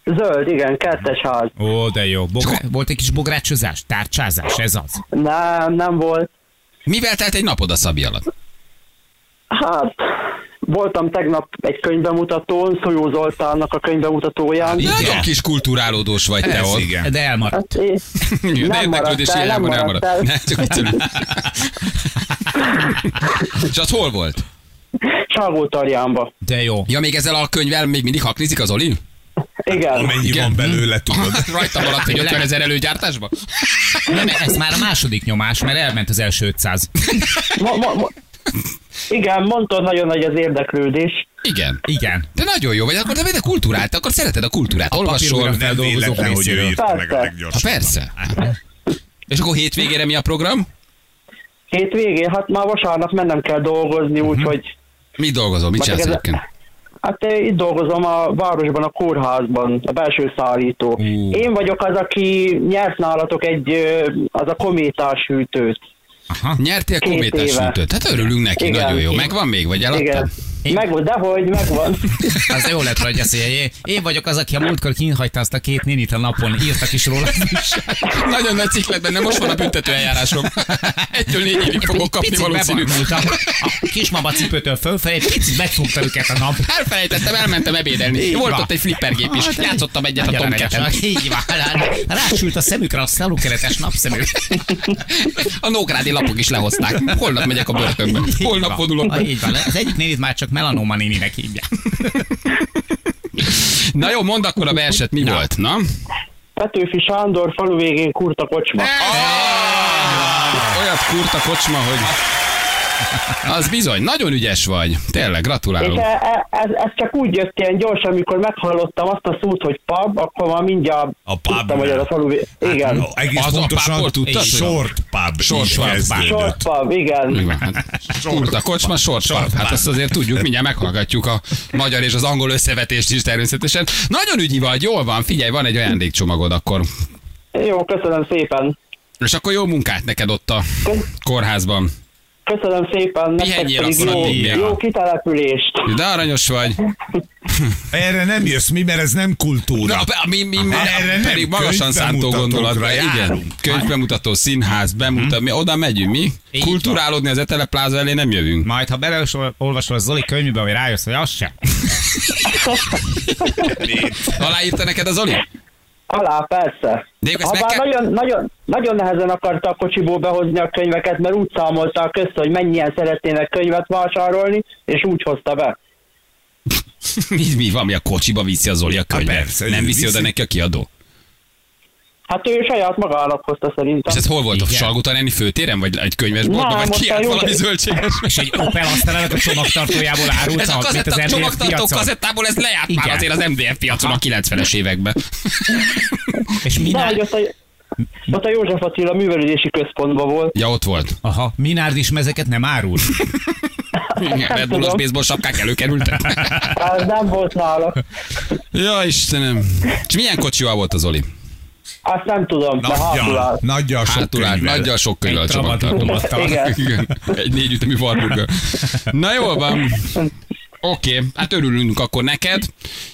[SPEAKER 5] Zöld, igen, kettes ház.
[SPEAKER 3] Ó, de jó. Bogra- volt egy kis bográcsozás, tárcsázás, ez az.
[SPEAKER 5] Nem, nem volt.
[SPEAKER 2] Mivel telt egy napod a Szabi alatt?
[SPEAKER 5] Hát, voltam tegnap egy könyvbemutatón, Szolyó Zoltánnak a könyvemutatóján.
[SPEAKER 2] Nagyon kis kulturálódós vagy te
[SPEAKER 1] Ez
[SPEAKER 2] ott.
[SPEAKER 1] igen.
[SPEAKER 3] De elmaradt.
[SPEAKER 5] Hát, én...
[SPEAKER 2] Nem
[SPEAKER 5] nem
[SPEAKER 2] érdeklődés
[SPEAKER 5] maradt el,
[SPEAKER 2] hiányában
[SPEAKER 5] nem
[SPEAKER 2] elmaradt.
[SPEAKER 5] maradt
[SPEAKER 2] Nem,
[SPEAKER 5] el.
[SPEAKER 2] csak egyszerűen. És az hol volt?
[SPEAKER 5] Salgótarjánba.
[SPEAKER 3] De jó.
[SPEAKER 2] Ja, még ezzel a könyvvel még mindig haknizik az Oli?
[SPEAKER 5] Igen.
[SPEAKER 1] Amennyi
[SPEAKER 2] Igen.
[SPEAKER 1] van belőle, tudod.
[SPEAKER 2] Rajta maradt, hogy 50 ezer előgyártásba?
[SPEAKER 3] Nem, ez már a második nyomás, mert elment az első 500.
[SPEAKER 5] Ma, ma, ma... Igen, mondtad, nagyon nagy az érdeklődés.
[SPEAKER 2] Igen.
[SPEAKER 3] Igen.
[SPEAKER 2] De nagyon jó vagy, akkor te a kultúrát, akkor szereted a kultúrát. Olvasol.
[SPEAKER 3] papírújra.
[SPEAKER 1] Nem
[SPEAKER 3] Feldolgozó
[SPEAKER 1] véletlen, hogy ő
[SPEAKER 3] részéről.
[SPEAKER 1] írta meg a
[SPEAKER 5] Persze.
[SPEAKER 2] Ha
[SPEAKER 1] leggyorsabban.
[SPEAKER 2] persze. És akkor hétvégére mi a program?
[SPEAKER 5] Hétvégén, hát már vasárnap mennem kell dolgozni, úgyhogy...
[SPEAKER 2] Mi dolgozol? Mit
[SPEAKER 5] Ma csak
[SPEAKER 2] csinálsz
[SPEAKER 5] ez-
[SPEAKER 2] egyébként?
[SPEAKER 5] Hát én itt dolgozom a városban, a kórházban, a belső szállító.
[SPEAKER 2] Ú.
[SPEAKER 5] Én vagyok az, aki nyert nálatok egy, ö, az a kométás hűtőt.
[SPEAKER 2] Nyertél
[SPEAKER 5] Két
[SPEAKER 2] kométás
[SPEAKER 5] éve.
[SPEAKER 2] sütőt. Hát örülünk neki,
[SPEAKER 5] Igen.
[SPEAKER 2] nagyon jó. Megvan még, vagy eladtad?
[SPEAKER 5] Igen. Megvan, dehogy, megvan.
[SPEAKER 3] Az jó lett, hogy azt mondja, hogy én vagyok az, aki a múltkor kinhagyta azt a két nénit a napon, írtak is róla.
[SPEAKER 2] Nagyon nagy cikk lett benne, most van a büntető eljárásom. Egytől négyig fogok kapni
[SPEAKER 3] Picit
[SPEAKER 2] valószínű.
[SPEAKER 3] bebarnultam. A kismama cipőtől fölfelé, picit megfogta őket a nap.
[SPEAKER 2] Elfelejtettem, elmentem ebédelni.
[SPEAKER 3] Így
[SPEAKER 2] Volt
[SPEAKER 3] van.
[SPEAKER 2] ott egy flippergép is. Játszottam egyet a
[SPEAKER 3] Nagyon
[SPEAKER 2] Tomcaten.
[SPEAKER 3] aranyos. Így van. Rásült a szemükre a szalókeretes napszemű.
[SPEAKER 2] A nógrádi lapok is lehozták. Holnap megyek a börtönbe. Holnap vonulok.
[SPEAKER 3] Ah,
[SPEAKER 2] be.
[SPEAKER 3] Így van. Az egyik nénit már csak melanoma néninek hívják.
[SPEAKER 2] Na jó, mondd akkor a verset, mi volt, na?
[SPEAKER 5] Petőfi Sándor falu végén kurta kocsma.
[SPEAKER 2] Olyat kurt a kocsma, hogy... Az bizony, nagyon ügyes vagy. Tényleg,
[SPEAKER 5] És
[SPEAKER 2] gratulálok.
[SPEAKER 5] e- e- ez, ez csak úgy jött ilyen gyorsan, amikor meghallottam azt a szót, hogy pub, akkor már mindjárt
[SPEAKER 1] A pub. Hát
[SPEAKER 5] tudtam, hogy ez a falu vé- Igen.
[SPEAKER 1] No, egész
[SPEAKER 2] Az a
[SPEAKER 1] pontosan
[SPEAKER 2] pubból tudtad?
[SPEAKER 1] short pub
[SPEAKER 2] Short
[SPEAKER 1] is
[SPEAKER 2] pub.
[SPEAKER 5] Short
[SPEAKER 1] kezdődött.
[SPEAKER 5] pub, igen.
[SPEAKER 2] Megvan, hát. Kurt a kocsma, sorpap. Hát azt azért tudjuk, mindjárt meghallgatjuk a magyar és az angol összevetést is természetesen. Nagyon ügyi vagy, jól van, figyelj, van egy ajándékcsomagod akkor.
[SPEAKER 5] Jó, köszönöm szépen.
[SPEAKER 2] És akkor jó munkát neked ott a kórházban.
[SPEAKER 5] Köszönöm szépen, nektek
[SPEAKER 2] Pihenjél
[SPEAKER 5] pedig
[SPEAKER 2] akkor
[SPEAKER 5] jó,
[SPEAKER 2] addig, ja.
[SPEAKER 5] jó kitelepülést.
[SPEAKER 2] De aranyos vagy.
[SPEAKER 1] Erre nem jössz mi, mert ez nem kultúra.
[SPEAKER 2] Na, be- mi, mi, mi,
[SPEAKER 1] Erre nem,
[SPEAKER 2] pedig magasan szántó
[SPEAKER 1] könyvbemutatókra
[SPEAKER 2] gondolatra.
[SPEAKER 1] járunk.
[SPEAKER 2] Igen, könyvbemutató, színház, bemutat, mi oda megyünk, mi?
[SPEAKER 3] Így van.
[SPEAKER 2] Kulturálódni az Etele Plaza elé nem jövünk.
[SPEAKER 3] Majd, ha beleolvasol a Zoli könyvébe, hogy rájössz, hogy az se.
[SPEAKER 2] Aláírta neked az Oli?
[SPEAKER 5] Alá, persze.
[SPEAKER 2] De ők ezt meg
[SPEAKER 5] Habár
[SPEAKER 2] kell-
[SPEAKER 5] nagyon, nagyon, nagyon nehezen akarta a kocsiból behozni a könyveket, mert úgy számolták össze, hogy mennyien szeretnének könyvet vásárolni, és úgy hozta be.
[SPEAKER 2] Mi, mi van, mi a kocsiba viszi az Oli a
[SPEAKER 1] Hát
[SPEAKER 2] könyvet?
[SPEAKER 1] persze,
[SPEAKER 2] Nem viszi
[SPEAKER 1] viszi.
[SPEAKER 2] oda neki a kiadó.
[SPEAKER 5] Hát ő saját magának hozta
[SPEAKER 2] És
[SPEAKER 5] szerintem.
[SPEAKER 2] ez hol volt? A
[SPEAKER 3] Igen.
[SPEAKER 2] Salgutarjáni főtéren? Vagy egy könyvesboltban?
[SPEAKER 5] Nem,
[SPEAKER 2] Vagy
[SPEAKER 5] ott
[SPEAKER 2] ki
[SPEAKER 5] a
[SPEAKER 2] állt
[SPEAKER 5] jó-
[SPEAKER 2] valami zöldséges?
[SPEAKER 3] És egy Opel Azterának Hát a csomagtartójából árulta,
[SPEAKER 2] Ez a
[SPEAKER 3] mint az
[SPEAKER 2] kazetta,
[SPEAKER 3] MDF
[SPEAKER 2] csomagtartó
[SPEAKER 3] piacon.
[SPEAKER 2] kazettából ez lejárt már
[SPEAKER 3] Igen.
[SPEAKER 2] azért az MDF piacon a 90-es években.
[SPEAKER 3] És
[SPEAKER 5] De hogy
[SPEAKER 3] Minárd,
[SPEAKER 5] ott a, ott a József Attila művelődési központban volt.
[SPEAKER 2] Ja, ott volt.
[SPEAKER 3] aha, Minárd is mezeket nem árul.
[SPEAKER 2] Igen, Red Bullos baseball sapkák előkerültek.
[SPEAKER 5] Hát nem volt nála.
[SPEAKER 2] Ja, Istenem. És milyen kocsival volt az Oli?
[SPEAKER 5] Azt nem tudom, de hátul
[SPEAKER 1] Nagyja,
[SPEAKER 5] állt.
[SPEAKER 1] nagyja sok
[SPEAKER 2] Hátul állt,
[SPEAKER 1] könyvvel.
[SPEAKER 2] nagyja hát sok könyvvel
[SPEAKER 3] Egy Trabant
[SPEAKER 2] csomagtartóban.
[SPEAKER 5] Igen.
[SPEAKER 2] Igen. Egy négy ütemű farburga. Na jól van. Oké, okay, hát örülünk akkor neked.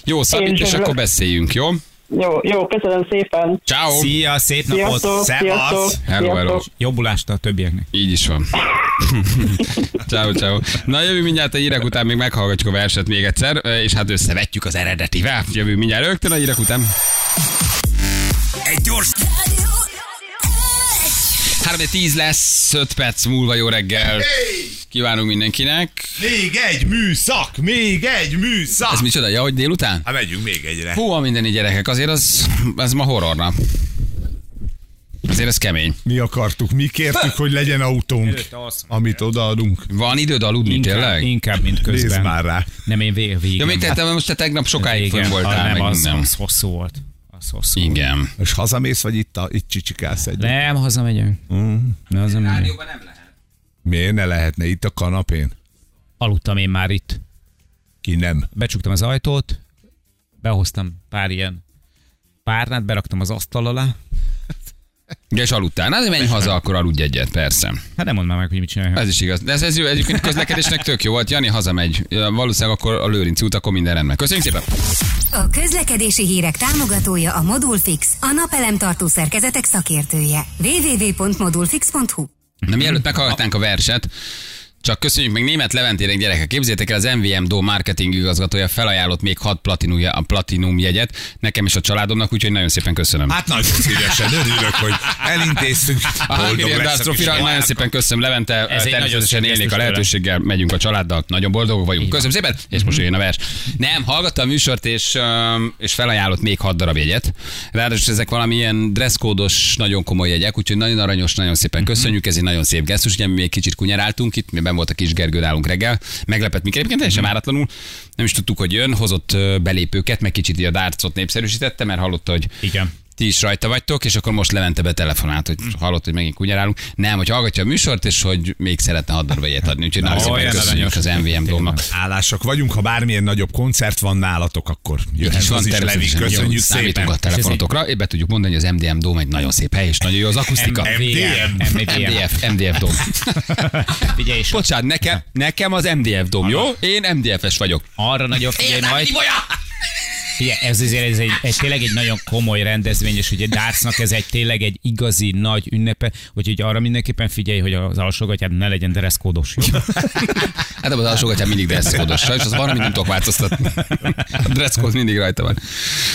[SPEAKER 2] Jó, Szabit,
[SPEAKER 5] Én is
[SPEAKER 2] és
[SPEAKER 5] örülök.
[SPEAKER 2] akkor beszéljünk, jó?
[SPEAKER 5] Jó, jó, köszönöm szépen.
[SPEAKER 2] Ciao.
[SPEAKER 3] Szia, szép napot!
[SPEAKER 5] Sziasztok, sziasztok.
[SPEAKER 3] Szevasz!
[SPEAKER 2] Hello, hello.
[SPEAKER 5] sziasztok.
[SPEAKER 3] Jobbulást a többieknek.
[SPEAKER 2] Így is van. ciao, ciao. Na jövő mindjárt a hírek után még meghallgatjuk a verset még egyszer, és hát összevetjük az eredetivel. Jövő mindjárt rögtön a hírek után.
[SPEAKER 1] Egy gyors...
[SPEAKER 2] 3 10 lesz, 5 perc múlva jó reggel. Kívánunk mindenkinek.
[SPEAKER 1] Még egy műszak! Még egy műszak!
[SPEAKER 2] Ez micsoda, ja, hogy délután?
[SPEAKER 1] Hát megyünk még egyre.
[SPEAKER 2] Hú, a mindeni gyerekek, azért az, ez ma horrorna. Azért ez kemény.
[SPEAKER 1] Mi akartuk, mi kértük, hogy legyen autónk, amit odaadunk.
[SPEAKER 2] Van időd aludni,
[SPEAKER 3] Inkább,
[SPEAKER 2] tényleg?
[SPEAKER 3] inkább, mint közben.
[SPEAKER 1] Nézd már rá.
[SPEAKER 3] Nem, én vég, végig.
[SPEAKER 2] Ja, még te, most te tegnap sokáig fönn
[SPEAKER 3] igen,
[SPEAKER 2] voltál,
[SPEAKER 3] nem,
[SPEAKER 2] meg
[SPEAKER 3] az,
[SPEAKER 2] minden.
[SPEAKER 3] az hosszú volt. Az hosszú volt.
[SPEAKER 2] Igen.
[SPEAKER 1] És hazamész, vagy itt, a, itt csicsikálsz egy?
[SPEAKER 3] Nem, hazamegyünk.
[SPEAKER 2] Mm.
[SPEAKER 3] Ne, hazamegyünk.
[SPEAKER 2] nem lehet.
[SPEAKER 1] Miért ne lehetne itt a kanapén?
[SPEAKER 3] Aludtam én már itt.
[SPEAKER 1] Ki nem?
[SPEAKER 3] Becsuktam az ajtót, behoztam pár ilyen párnát, beraktam az asztal alá.
[SPEAKER 2] Ja, és aludtál. Na, de menj haza, akkor aludj egyet, persze.
[SPEAKER 3] Hát nem mondd már meg, hogy mit csinálj.
[SPEAKER 2] Ez is igaz. De ez, ez jó, egyébként közlekedésnek tök jó volt. Jani hazamegy. Ja, Valószínűleg akkor a Lőrinc út, akkor minden rendben. Köszönjük szépen!
[SPEAKER 6] A közlekedési hírek támogatója a Modulfix, a napelem tartó szerkezetek szakértője. www.modulfix.hu
[SPEAKER 2] Na mielőtt meghallgatnánk a verset, csak köszönjük meg német Leventének gyerekek. Képzétek el, az MVM Do marketing igazgatója felajánlott még hat platinumja, a platinum jegyet nekem és a családomnak, úgyhogy nagyon szépen köszönöm.
[SPEAKER 1] Hát nagyon szívesen örülök, hogy elintéztünk.
[SPEAKER 2] A Hungarian Dance
[SPEAKER 1] leszek, és
[SPEAKER 2] Trophy-ra nagyon szépen köszönöm, Levente,
[SPEAKER 3] egy nagyon szép
[SPEAKER 2] természetesen élnék a
[SPEAKER 3] gesztus
[SPEAKER 2] lehetőséggel, megyünk a családdal, nagyon boldogok vagyunk. Köszönöm szépen, és most jön a vers. Nem, hallgatta a műsort, és, öm, és felajánlott még hat darab jegyet. Ráadásul ezek valamilyen dresszkódos, nagyon komoly jegyek, úgyhogy nagyon aranyos, nagyon szépen
[SPEAKER 3] Mhm.
[SPEAKER 2] köszönjük, ez egy nagyon szép gesztus, ugye mi még kicsit kunyeráltunk itt, mi ben volt a kis Gergő nálunk reggel, meglepett minket, egyébként teljesen
[SPEAKER 3] Mhm.
[SPEAKER 2] váratlanul, nem is tudtuk, hogy jön, hozott ö, belépőket, meg kicsit így a dárcot népszerűsítette, mert hallotta, hogy
[SPEAKER 3] Igen.
[SPEAKER 2] ti is rajta vagytok, és akkor most Levente betelefonált, hogy hallott, hogy megint kunyarálunk. Nem, hogy hallgatja a műsort, és hogy még szeretne hat darab jegyet adni, úgyhogy nagyon szépen
[SPEAKER 3] olyan
[SPEAKER 2] köszönjük az MVM domnak.
[SPEAKER 1] Állások vagyunk, ha bármilyen nagyobb koncert van nálatok, akkor jöhet
[SPEAKER 2] És
[SPEAKER 1] az,
[SPEAKER 2] van
[SPEAKER 1] is, Levi,
[SPEAKER 2] természetesen.
[SPEAKER 1] köszönjük
[SPEAKER 2] Jó, Számítunk a
[SPEAKER 1] szépen.
[SPEAKER 2] telefonotokra, és be tudjuk mondani, hogy az MDM Dom egy nagyon szép hely, és nagyon jó az akusztika.
[SPEAKER 1] MDM.
[SPEAKER 2] MDF, MDF Dom.
[SPEAKER 3] Figyelj, és
[SPEAKER 2] Bocsánat, nekem, nekem az MDF Dom, jó? Én MDF-es vagyok.
[SPEAKER 3] arra nagyobb figyelj majd. Figyelj, ez azért ez egy, egy, tényleg egy nagyon komoly rendezvény, és ugye Dárcnak ez egy tényleg egy igazi nagy ünnepe, úgyhogy arra mindenképpen figyelj, hogy az alsógatyád ne legyen dereszkódos. jó?
[SPEAKER 2] Hát abban az alsógatján mindig dresszkódos, és az valamit nem tudok változtatni. Dresszkód mindig rajta van.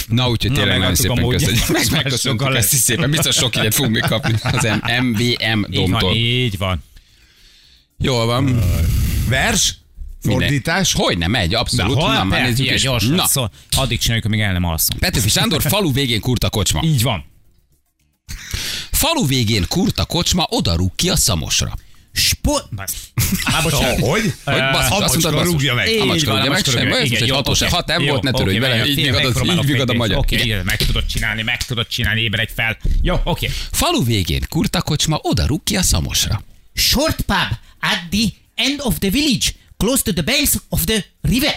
[SPEAKER 2] Na, úgyhogy tényleg nagyon
[SPEAKER 3] megadtuk a
[SPEAKER 2] szépen
[SPEAKER 3] módját.
[SPEAKER 2] köszönjük. Meg,
[SPEAKER 3] Már
[SPEAKER 2] megköszönjük
[SPEAKER 3] sokan
[SPEAKER 2] ezt is
[SPEAKER 3] lesz.
[SPEAKER 2] szépen. Biztos sok ilyet fogunk még kapni az MVM
[SPEAKER 3] Így van,
[SPEAKER 2] domtól.
[SPEAKER 3] így van.
[SPEAKER 2] Jól van.
[SPEAKER 1] Vers?
[SPEAKER 2] Minden-
[SPEAKER 1] Fordítás?
[SPEAKER 2] Hogy nem megy, abszolút.
[SPEAKER 3] Hol?
[SPEAKER 2] Na, már
[SPEAKER 3] Te,
[SPEAKER 2] nézzük
[SPEAKER 3] ilyen
[SPEAKER 2] is.
[SPEAKER 3] gyorsan
[SPEAKER 2] Na,
[SPEAKER 3] szól. addig csináljuk, amíg el nem alszom.
[SPEAKER 2] Petőfi Sándor falu végén kurta kocsma.
[SPEAKER 3] Így van.
[SPEAKER 2] Falu végén kurta kocsma odarúg ki a szamosra.
[SPEAKER 3] Sport... Már bocsánat.
[SPEAKER 1] Hogy?
[SPEAKER 2] Hát, Hogy basszus, azt
[SPEAKER 1] Hamacska
[SPEAKER 2] mondtad, basszus.
[SPEAKER 1] rúgja meg.
[SPEAKER 2] Így
[SPEAKER 3] Így
[SPEAKER 2] Hamacska,
[SPEAKER 3] van,
[SPEAKER 2] ugye
[SPEAKER 3] a
[SPEAKER 2] meg
[SPEAKER 3] macska
[SPEAKER 2] sem,
[SPEAKER 3] rögtön.
[SPEAKER 2] ez
[SPEAKER 3] Igen,
[SPEAKER 2] egy
[SPEAKER 3] jó,
[SPEAKER 2] hatos,
[SPEAKER 3] oké.
[SPEAKER 2] hat nem
[SPEAKER 3] Jó,
[SPEAKER 2] volt, ne
[SPEAKER 3] oké,
[SPEAKER 2] törődj vele,
[SPEAKER 3] várjál,
[SPEAKER 2] így
[SPEAKER 3] figyelj,
[SPEAKER 2] vigad az-
[SPEAKER 3] megpróbálok
[SPEAKER 2] így vigad a
[SPEAKER 3] mindegy.
[SPEAKER 2] magyar.
[SPEAKER 3] Oké,
[SPEAKER 2] Igen.
[SPEAKER 3] így meg tudod csinálni, meg tudod csinálni, ébredj fel. Jó, oké.
[SPEAKER 2] Falu végén kurta kocsma odarúg ki a szamosra.
[SPEAKER 4] Short pub at the end of the village, close to the banks of the river.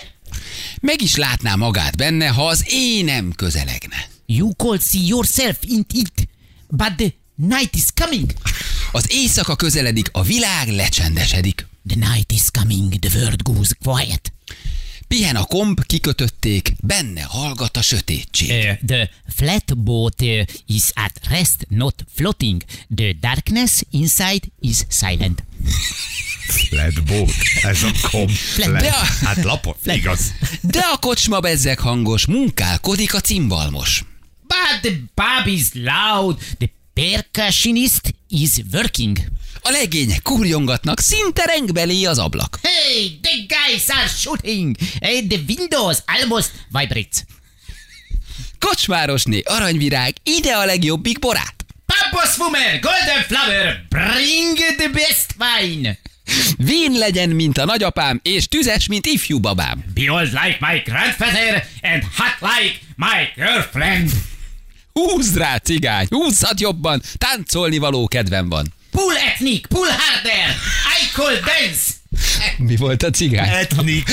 [SPEAKER 2] Meg is látná magát benne, ha az énem közelegne.
[SPEAKER 4] You could see yourself in it, but the night is coming.
[SPEAKER 2] Az éjszaka közeledik, a világ lecsendesedik.
[SPEAKER 4] The night is coming, the world goes quiet.
[SPEAKER 2] Pihen a komp, kikötötték, benne hallgat a sötétség.
[SPEAKER 4] Uh, the flatboat uh, is at rest, not floating. The darkness inside is silent.
[SPEAKER 1] Flat boat. Ez a kom.
[SPEAKER 2] de-
[SPEAKER 1] Hát lapot. Igaz.
[SPEAKER 2] De a kocsma bezzeg hangos, munkálkodik a cimbalmos.
[SPEAKER 4] But the pub is loud. The percussionist is working.
[SPEAKER 2] A legények kurjongatnak, szinte rengbelé az ablak.
[SPEAKER 4] Hey, the guys are shooting, and the windows almost vibrate.
[SPEAKER 2] Kocsmárosné, aranyvirág, ide a legjobbik borát.
[SPEAKER 4] Pampos woman, golden flower, bring the best wine.
[SPEAKER 2] Vén legyen, mint a nagyapám, és tüzes, mint ifjú babám.
[SPEAKER 3] Be old like my grandfather and hot like my girlfriend.
[SPEAKER 2] Húzd rá, cigány, húzzad jobban, táncolni való kedvem van.
[SPEAKER 4] Pull ethnic, pull harder. I call dance.
[SPEAKER 2] Mi volt a cigány?
[SPEAKER 1] Etnik.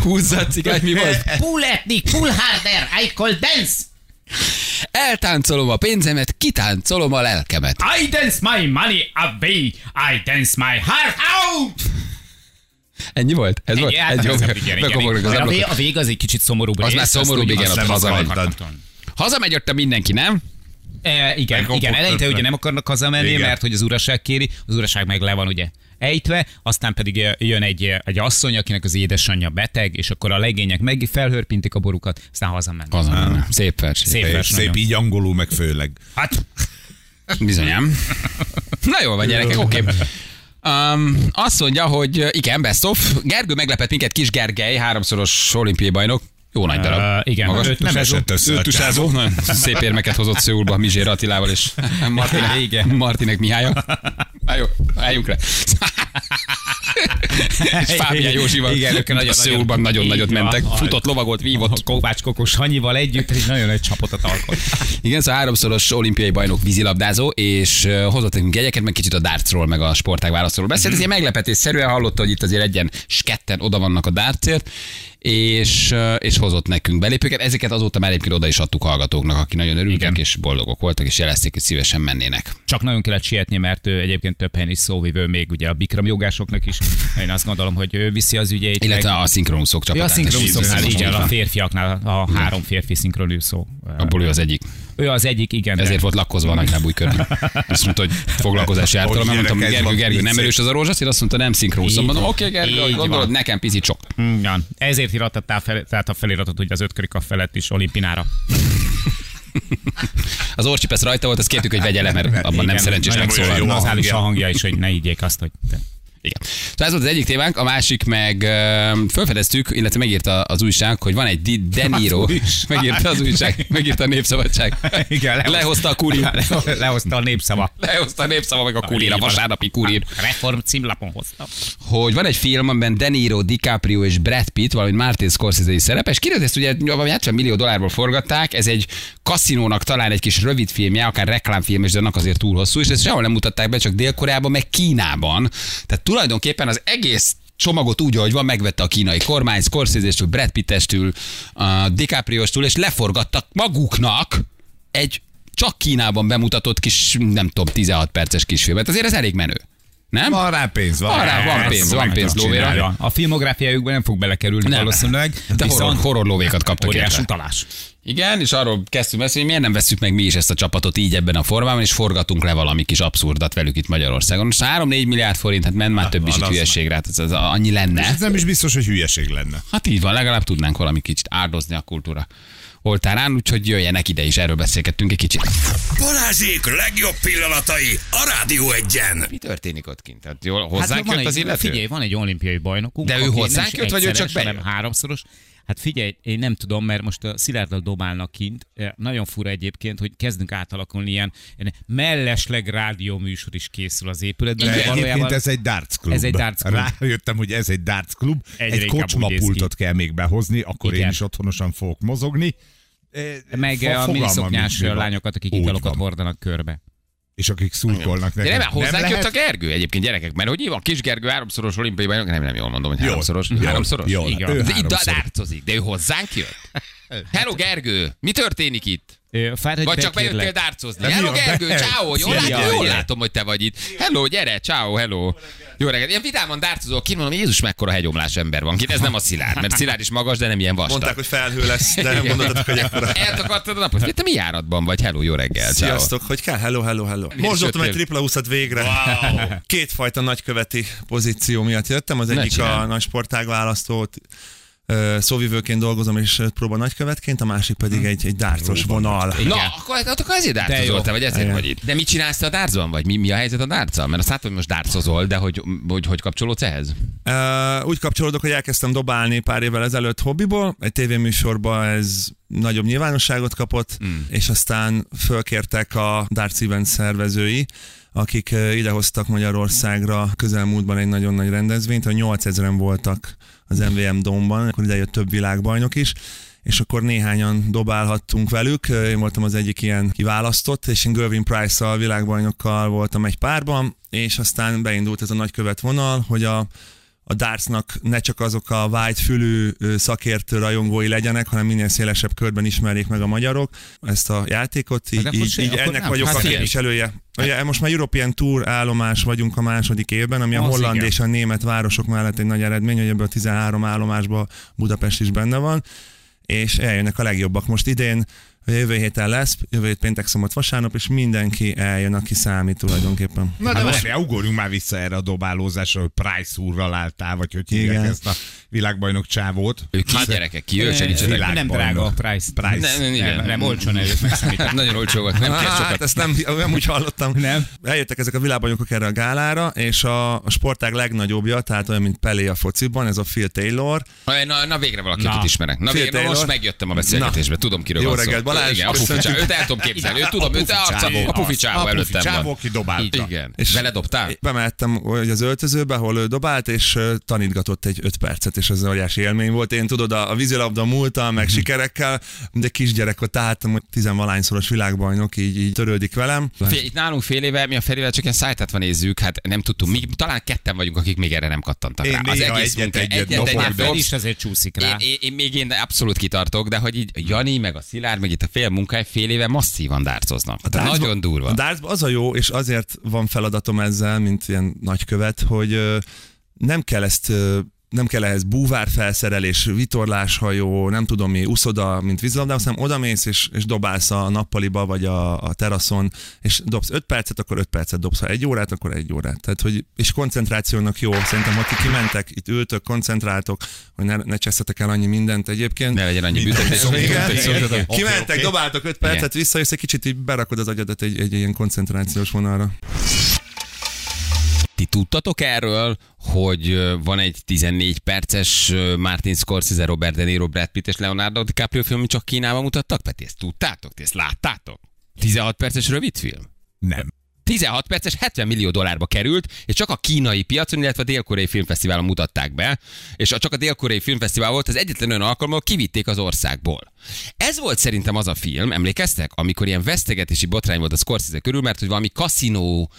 [SPEAKER 2] Húzza a cigány, mi volt?
[SPEAKER 4] Pull ethnic, pull harder. I call dance.
[SPEAKER 2] Eltáncolom a pénzemet, kitáncolom a lelkemet.
[SPEAKER 3] I dance my money away. I dance my heart out.
[SPEAKER 2] Ennyi volt? Ez volt?
[SPEAKER 3] hát
[SPEAKER 2] Egy jobb.
[SPEAKER 3] ez nem- igen, igen,
[SPEAKER 2] Bekopognak az
[SPEAKER 3] igen. A vég-
[SPEAKER 2] ablakon.
[SPEAKER 3] A vég az egy kicsit szomorúbb.
[SPEAKER 2] Az
[SPEAKER 3] rész,
[SPEAKER 2] már
[SPEAKER 3] ezt
[SPEAKER 2] szomorúbb,
[SPEAKER 3] úgy-
[SPEAKER 2] igen,
[SPEAKER 3] azt
[SPEAKER 2] ott
[SPEAKER 3] nem
[SPEAKER 2] hazamegy.
[SPEAKER 3] akartam.
[SPEAKER 2] Hazamegy ott mindenki, nem?
[SPEAKER 3] E, igen,
[SPEAKER 1] Megkopogtatnak.
[SPEAKER 3] igen, eleinte ugye nem akarnak hazamenni,
[SPEAKER 1] Igen.
[SPEAKER 3] igen. mert hogy az uraság kéri, az uraság meg le van ugye ejtve, aztán pedig e, jön egy, e, egy asszony, akinek az édesanyja beteg, és akkor a legények meg felhörpintik a borukat, aztán hazamennek.
[SPEAKER 2] Hazamenni. Szép vers.
[SPEAKER 3] Szép
[SPEAKER 1] Szép,
[SPEAKER 3] vers
[SPEAKER 1] szép
[SPEAKER 3] nagyon.
[SPEAKER 1] így angolul, meg főleg.
[SPEAKER 3] Hát,
[SPEAKER 2] Bizonyám. Na jól van, gyerekek, oké. Um, azt mondja, hogy uh, igen, best of. Gergő meglepett minket, kis Gergely, háromszoros olimpiai bajnok. Jó nagy darab.
[SPEAKER 3] Ö, E, igen.
[SPEAKER 2] Magas.
[SPEAKER 3] Öt Nem tusázó.
[SPEAKER 1] esett össze a
[SPEAKER 2] Ötusázó. Nagyon Szép érmeket hozott Szőulba Mizsér Attilával és Martinek, igen. Martinek Mihálya. Na jó, álljunk le. és Fábián Józsival.
[SPEAKER 3] Igen, ők nagyon-
[SPEAKER 2] a Szőulban nagyon-nagyot
[SPEAKER 3] Így van.
[SPEAKER 2] mentek. Futott, lovagolt, vívott.
[SPEAKER 3] Kovács Kokos Hanyival együtt egy nagyon nagy csapatot alkot.
[SPEAKER 2] Igen, szóval háromszoros olimpiai bajnok vízilabdázó, és ö, hozott nekünk jegyeket, meg kicsit a dartsról, meg a sportág válaszról beszélt. Ez
[SPEAKER 3] Mhm.
[SPEAKER 2] ilyen meglepetésszerűen hallotta, hogy itt azért egyen, sketten oda vannak a dartért, és, ö, és hozott nekünk belépőket. Ezeket azóta már egyébként oda is adtuk hallgatóknak, akik nagyon örültek, Igen. és boldogok voltak, és jelezték, hogy szívesen mennének.
[SPEAKER 3] Csak nagyon kellett sietni, mert ő egyébként több helyen is szóvivő, még ugye a Bikram jogásoknak is. Én azt gondolom, hogy ő viszi az ügyeit.
[SPEAKER 2] Illetve
[SPEAKER 3] meg-
[SPEAKER 2] a szinkronúszók
[SPEAKER 3] Ja, a
[SPEAKER 2] csapatát. is
[SPEAKER 3] szinkronúszóknál,
[SPEAKER 2] szívesen
[SPEAKER 3] így el, a
[SPEAKER 2] hallottam.
[SPEAKER 3] férfiaknál, a három férfi szinkronúszó.
[SPEAKER 2] Abból ő az egyik.
[SPEAKER 3] Ő az egyik, igen. de-
[SPEAKER 2] Ezért volt lakkozva a nagylábú körben. Azt mondta, hogy foglalkozási
[SPEAKER 1] Hogy
[SPEAKER 2] ártalom. Mondtam,
[SPEAKER 1] gyereked
[SPEAKER 2] Gergő,
[SPEAKER 1] van,
[SPEAKER 2] Gergő, nem
[SPEAKER 1] pici.
[SPEAKER 2] erős az a rózsaszín, azt mondta, nem szinkrószom.
[SPEAKER 3] Így
[SPEAKER 2] Mondom,
[SPEAKER 3] van.
[SPEAKER 2] oké, Gergő, ahogy
[SPEAKER 3] Így
[SPEAKER 2] gondolod,
[SPEAKER 3] van.
[SPEAKER 2] nekem pici csok.
[SPEAKER 3] Igen. Mm, Ezért írattál fel, tehát a feliratot ugye az ötkörika felett is olimpinára.
[SPEAKER 2] Az orcsipesz rajta volt, azt kértük, hogy vegye le, mert abban nem szerencsés
[SPEAKER 3] Hát, nagyon
[SPEAKER 2] megszólalni.
[SPEAKER 3] jó
[SPEAKER 2] Igen.
[SPEAKER 3] Az áll is a
[SPEAKER 1] hangja.
[SPEAKER 3] hangja is, hogy ne higgyék azt, hogy... te-
[SPEAKER 2] Szóval ez volt az egyik témánk, a másik meg ö, felfedeztük, illetve megírta az újság, hogy van egy Di De Niro. Megírta az újság, megírta a Népszabadság.
[SPEAKER 3] Igen, lehozta.
[SPEAKER 2] lehozta a kurír.
[SPEAKER 3] Le- Lehozta a népszava.
[SPEAKER 2] Lehozta a népszava meg a kurír, a
[SPEAKER 3] Így van.
[SPEAKER 2] vasárnapi kurír.
[SPEAKER 3] Reform címlapon hozta.
[SPEAKER 2] hogy van egy film, amiben De Niro, DiCaprio és Brad Pitt, valamint Martin Scorsese is szerepes. Kérdez, ezt ugye valami 70 millió dollárból forgatták, ez egy kaszinónak talán egy kis rövid filmje, akár reklámfilm, és de annak azért túl hosszú, és ezt sehol nem mutatták be, csak Dél-Koreában, meg Kínában. Tehát tulajdonképpen az egész csomagot úgy, ahogy van, megvette a kínai kormány, Scorsese-stől, Brad Pitt-estől, a DiCaprio-stől, és leforgattak maguknak egy csak Kínában bemutatott kis, nem tudom, 16 perces kisfilmet. Azért ez elég menő. Nem?
[SPEAKER 1] Van rá pénz, van,
[SPEAKER 2] Van rá, van
[SPEAKER 1] Ez
[SPEAKER 2] pénz,
[SPEAKER 1] az,
[SPEAKER 2] van
[SPEAKER 1] amit
[SPEAKER 2] pénz
[SPEAKER 1] csak
[SPEAKER 2] lóvéra.
[SPEAKER 1] csinálja.
[SPEAKER 3] Ja, a filmográfiájukban nem fog belekerülni nem. valószínűleg,
[SPEAKER 2] De horror,
[SPEAKER 3] viszont
[SPEAKER 2] horror lóvékat kaptak
[SPEAKER 3] óriás
[SPEAKER 2] érte.
[SPEAKER 3] utalás.
[SPEAKER 2] Igen, és arról kezdtünk beszélni, hogy miért nem veszük meg mi is ezt a csapatot így ebben a formában, és forgatunk le valami kis abszurdat velük itt Magyarországon. És 3-4 milliárd forint, hát ment már több is
[SPEAKER 1] van
[SPEAKER 2] itt
[SPEAKER 1] az
[SPEAKER 2] hülyeségre, hát ez, ez annyi lenne.
[SPEAKER 1] Ez nem is biztos, hogy hülyeség lenne.
[SPEAKER 2] Hát így van, legalább tudnánk valami kicsit áldozni a kultúra oltárán, úgyhogy jöjjenek ide is, erről beszélgettünk egy kicsit.
[SPEAKER 7] Balázsék legjobb pillanatai a Rádió egyen.
[SPEAKER 2] Mi történik ott kint? Hát jól hozzánk hát, jött
[SPEAKER 3] egy,
[SPEAKER 2] az illető?
[SPEAKER 4] Figyelj, van egy olimpiai bajnokunk.
[SPEAKER 2] De ő
[SPEAKER 4] aki nem
[SPEAKER 2] hozzánk
[SPEAKER 4] is
[SPEAKER 2] jött, vagy ő csak
[SPEAKER 4] egyszeres, hanem
[SPEAKER 2] bejött?
[SPEAKER 4] háromszoros. Hát figyelj, én nem tudom, mert most a Szilárddal dobálnak kint. Eh, Nagyon fura egyébként, hogy kezdünk átalakulni ilyen ilyen mellesleg rádióműsor is készül az épületben.
[SPEAKER 1] De
[SPEAKER 4] de
[SPEAKER 1] egyébként ez egy darts klub.
[SPEAKER 4] Ez egy darts klub.
[SPEAKER 1] Rájöttem, hogy ez egy darts klub.
[SPEAKER 4] Egyre
[SPEAKER 1] egy
[SPEAKER 4] inkább úgy néz
[SPEAKER 1] kocsmapultot kell még behozni, akkor
[SPEAKER 4] Igen.
[SPEAKER 1] én is otthonosan fogok mozogni. Eh,
[SPEAKER 4] meg
[SPEAKER 1] fo-
[SPEAKER 4] eh, a
[SPEAKER 1] fogalmam
[SPEAKER 4] miniszoknyás
[SPEAKER 1] nincs, mi van.
[SPEAKER 4] lányokat, akik
[SPEAKER 1] Úgy
[SPEAKER 4] italokat
[SPEAKER 1] van.
[SPEAKER 4] hordanak körbe.
[SPEAKER 1] És akik szurkolnak
[SPEAKER 2] De
[SPEAKER 1] nekem.
[SPEAKER 2] nem, hozzánk jött a Gergő egyébként, gyerekek, mert hogy így van, kis Gergő háromszoros olimpiai bajnok, nem, nem jól mondom, hogy
[SPEAKER 1] Jól,
[SPEAKER 2] háromszoros.
[SPEAKER 1] jól,
[SPEAKER 2] háromszoros?
[SPEAKER 1] jól.
[SPEAKER 2] Igen.
[SPEAKER 1] Ő
[SPEAKER 2] De itt
[SPEAKER 1] háromszor.
[SPEAKER 2] dárcozik, de ő hozzánk jött? Hello Gergő, mi történik itt?
[SPEAKER 4] Ö, Fáradj
[SPEAKER 2] Vagy
[SPEAKER 4] be,
[SPEAKER 2] csak bejöttél
[SPEAKER 4] kérlek.
[SPEAKER 2] dárcozni.
[SPEAKER 1] De
[SPEAKER 2] Hello
[SPEAKER 1] mi van?
[SPEAKER 2] Gergő,
[SPEAKER 1] De-
[SPEAKER 2] ciao, jól,
[SPEAKER 1] Szia,
[SPEAKER 2] lát, jól
[SPEAKER 1] gyere.
[SPEAKER 2] látom, hogy te vagy itt. Hello, gyere, ciao, hello. Jó reggelt. Ilyen vidáman dárcozol, ki mondom, Jézus, mekkora hegyomlás ember van itt. Ez nem a Szilárd, mert Szilárd is magas, de nem ilyen
[SPEAKER 8] Mondták,
[SPEAKER 2] vastag.
[SPEAKER 8] hogy felhő lesz, de nem gondoltatok, hogy ekkora.
[SPEAKER 2] Eltakartad a napot? Te mi járatban vagy? Hello, jó reggel, ciao.
[SPEAKER 8] Sziasztok, hogy kell? Hello, hello, hello. Most
[SPEAKER 2] jöttél?
[SPEAKER 8] dobtam egy tripla 20 végre. Wow. Kétfajta nagyköveti pozíció miatt jöttem. Az egyik
[SPEAKER 2] csináld.
[SPEAKER 8] a nagy sportág választót szóvivőként dolgozom, és ö, próba nagykövetként, a másik pedig egy, egy dárcos vonal.
[SPEAKER 2] Na, akkor, hát akkor ezért dárcozol te, vagy ezért vagy itt. De mit csinálsz te a dárcban, vagy mi, mi a helyzet a dárccal? Mert azt látom, hogy most dárcozol, de hogy hogy, hogy kapcsolódsz ehhez?
[SPEAKER 8] Ö, Úgy kapcsolódok, hogy elkezdtem dobálni pár évvel ezelőtt hobbiból, egy tévéműsorban ez nagyobb nyilvánosságot kapott, mm. és aztán fölkértek a Darts Event szervezői, akik ö, idehoztak Magyarországra közelmúltban egy nagyon nagy rendezvényt, a 8000-en voltak az MVM Domban, akkor ide jött több világbajnok is, és akkor néhányan dobálhattunk velük. Én voltam az egyik ilyen kiválasztott, és én Gervin Price-szal, világbajnokkal voltam egy párban, és aztán beindult ez a nagykövet vonal, hogy a a dartsnak ne csak azok a vágyfülű ö, szakértő rajongói legyenek, hanem minél szélesebb körben ismerjék meg a magyarok ezt a játékot. Így,
[SPEAKER 3] akkor
[SPEAKER 8] így,
[SPEAKER 3] se-
[SPEAKER 8] így
[SPEAKER 3] akkor
[SPEAKER 8] ennek
[SPEAKER 3] nem.
[SPEAKER 8] vagyok
[SPEAKER 3] Hát
[SPEAKER 8] a
[SPEAKER 3] figyelj.
[SPEAKER 8] képviselője. Ugye, most már European Tour állomás vagyunk a második évben, ami a
[SPEAKER 3] Az
[SPEAKER 8] holland
[SPEAKER 3] igen.
[SPEAKER 8] és a német városok mellett egy nagy eredmény, hogy ebből a 13 állomásban Budapest is benne van és eljönnek a legjobbak. Most idén a jövő héten lesz, jövő hét péntek, szombat, vasárnap, és mindenki eljön, aki számít tulajdonképpen.
[SPEAKER 3] Hát
[SPEAKER 1] Na
[SPEAKER 2] Hát
[SPEAKER 1] de most ugorjunk már vissza erre a dobálózásra, hogy Price úrral álltál, vagy hogy hívják
[SPEAKER 8] Igen.
[SPEAKER 1] ezt a világbajnok csávót.
[SPEAKER 2] Ő kis gyerekek, ki ő, segítsetek.
[SPEAKER 1] világ-
[SPEAKER 3] Nem drága a price.
[SPEAKER 1] Price.
[SPEAKER 2] Nem, igen.
[SPEAKER 3] Nem, nem, olcsón előtt megszámítani.
[SPEAKER 2] Nagyon olcsó volt, nem kell
[SPEAKER 8] Hát
[SPEAKER 2] sokat.
[SPEAKER 8] ezt nem, nem úgy hallottam.
[SPEAKER 3] Nem.
[SPEAKER 8] Eljöttek ezek a világbajnokok erre a gálára, és a, a sportág legnagyobbja, tehát olyan, mint Pelé a fociban, ez a Phil Taylor.
[SPEAKER 2] Na, na, na végre valakit
[SPEAKER 3] Na.
[SPEAKER 2] na. ismerek. Na,
[SPEAKER 8] Phil
[SPEAKER 2] végre, na
[SPEAKER 8] Taylor.
[SPEAKER 2] most megjöttem a beszélgetésbe, tudom kiről
[SPEAKER 8] Jó
[SPEAKER 2] van szó.
[SPEAKER 8] reggelt, Balázs.
[SPEAKER 2] Igen, apu
[SPEAKER 8] Köszöntjük.
[SPEAKER 2] ficsávó, őt el tudom képzelni, őt tudom, őt arcam,
[SPEAKER 1] Csávó.
[SPEAKER 2] a pufi csávó
[SPEAKER 1] A pufi
[SPEAKER 2] előttem
[SPEAKER 1] csávó,
[SPEAKER 2] van.
[SPEAKER 1] ki dobálta.
[SPEAKER 2] Igen.
[SPEAKER 8] És-
[SPEAKER 2] Vele dobtál?
[SPEAKER 8] Bemehettem hogy az öltözőbe, ahol ő dobált, és ö, tanítgatott egy öt percet, és az óriási élmény volt. Én tudod, a, a vízilabda múlta, meg sikerekkel, de kisgyerek ott álltam, hogy tizenvalányszoros világbajnok így, így törődik velem.
[SPEAKER 2] Fél, itt nálunk fél éve, mi a felével csak ilyen szájtát van nézzük, hát nem tudtunk. Mi talán ketten vagyunk, akik még erre nem kattantak
[SPEAKER 1] Én
[SPEAKER 2] rá. Az
[SPEAKER 1] néha
[SPEAKER 2] egész
[SPEAKER 1] egyet-
[SPEAKER 2] munka,
[SPEAKER 1] egyet
[SPEAKER 2] egyet,
[SPEAKER 1] dobok,
[SPEAKER 2] egyet,
[SPEAKER 1] de-
[SPEAKER 3] Ön
[SPEAKER 2] dobsz.
[SPEAKER 3] is azért csúszik
[SPEAKER 2] Én,
[SPEAKER 3] rá.
[SPEAKER 2] én, én, még én abszolút kitartok, de hogy így Jani, meg a Szilárd, meg itt a fél munkáj fél éve masszívan dárcoznak. Tehát
[SPEAKER 8] dartsba-
[SPEAKER 2] nagyon durva.
[SPEAKER 8] A dartsba az a jó, és azért van feladatom ezzel, mint ilyen nagykövet, hogy ö, nem kell ezt ö, nem kell ehhez búvárfelszerelés, vitorláshajó, nem tudom mi, uszoda, mint vízlabda, hanem odamész és, és dobálsz a nappaliba vagy a, a teraszon, és dobsz 5 percet, akkor 5 percet dobsz, ha egy órát, akkor egy órát. Tehát, hogy, és koncentrációnak jó, szerintem, ha ti kimentek, itt ültök, koncentráltok, hogy ne, ne cseszetek el annyi mindent egyébként.
[SPEAKER 2] Ne legyen annyi büntetés.
[SPEAKER 8] Igen,
[SPEAKER 2] büntetés.
[SPEAKER 8] igen.
[SPEAKER 2] Igen.
[SPEAKER 8] Kimentek, dobáltok 5 percet, visszajössz, egy kicsit így berakod az agyadat egy, egy ilyen koncentrációs vonalra.
[SPEAKER 2] Ti tudtatok erről, hogy ö, van egy 14 perces ö, Martin Scorsese, Robert De Niro, Brad Pitt és Leonardo DiCaprio film, amit csak Kínában mutattak? Peti, ezt tudtátok? Ti ezt láttátok? 16 perces rövid film?
[SPEAKER 1] Nem.
[SPEAKER 2] 16 perces 70 millió dollárba került, és csak a kínai piacon, illetve a dél-koreai filmfesztiválon mutatták be, és a- csak a dél-koreai filmfesztivál volt az egyetlen olyan alkalom, ahol kivitték az országból. Ez volt szerintem az a film, emlékeztek, amikor ilyen vesztegetési botrány volt a Scorsese körül, mert hogy valami kaszinó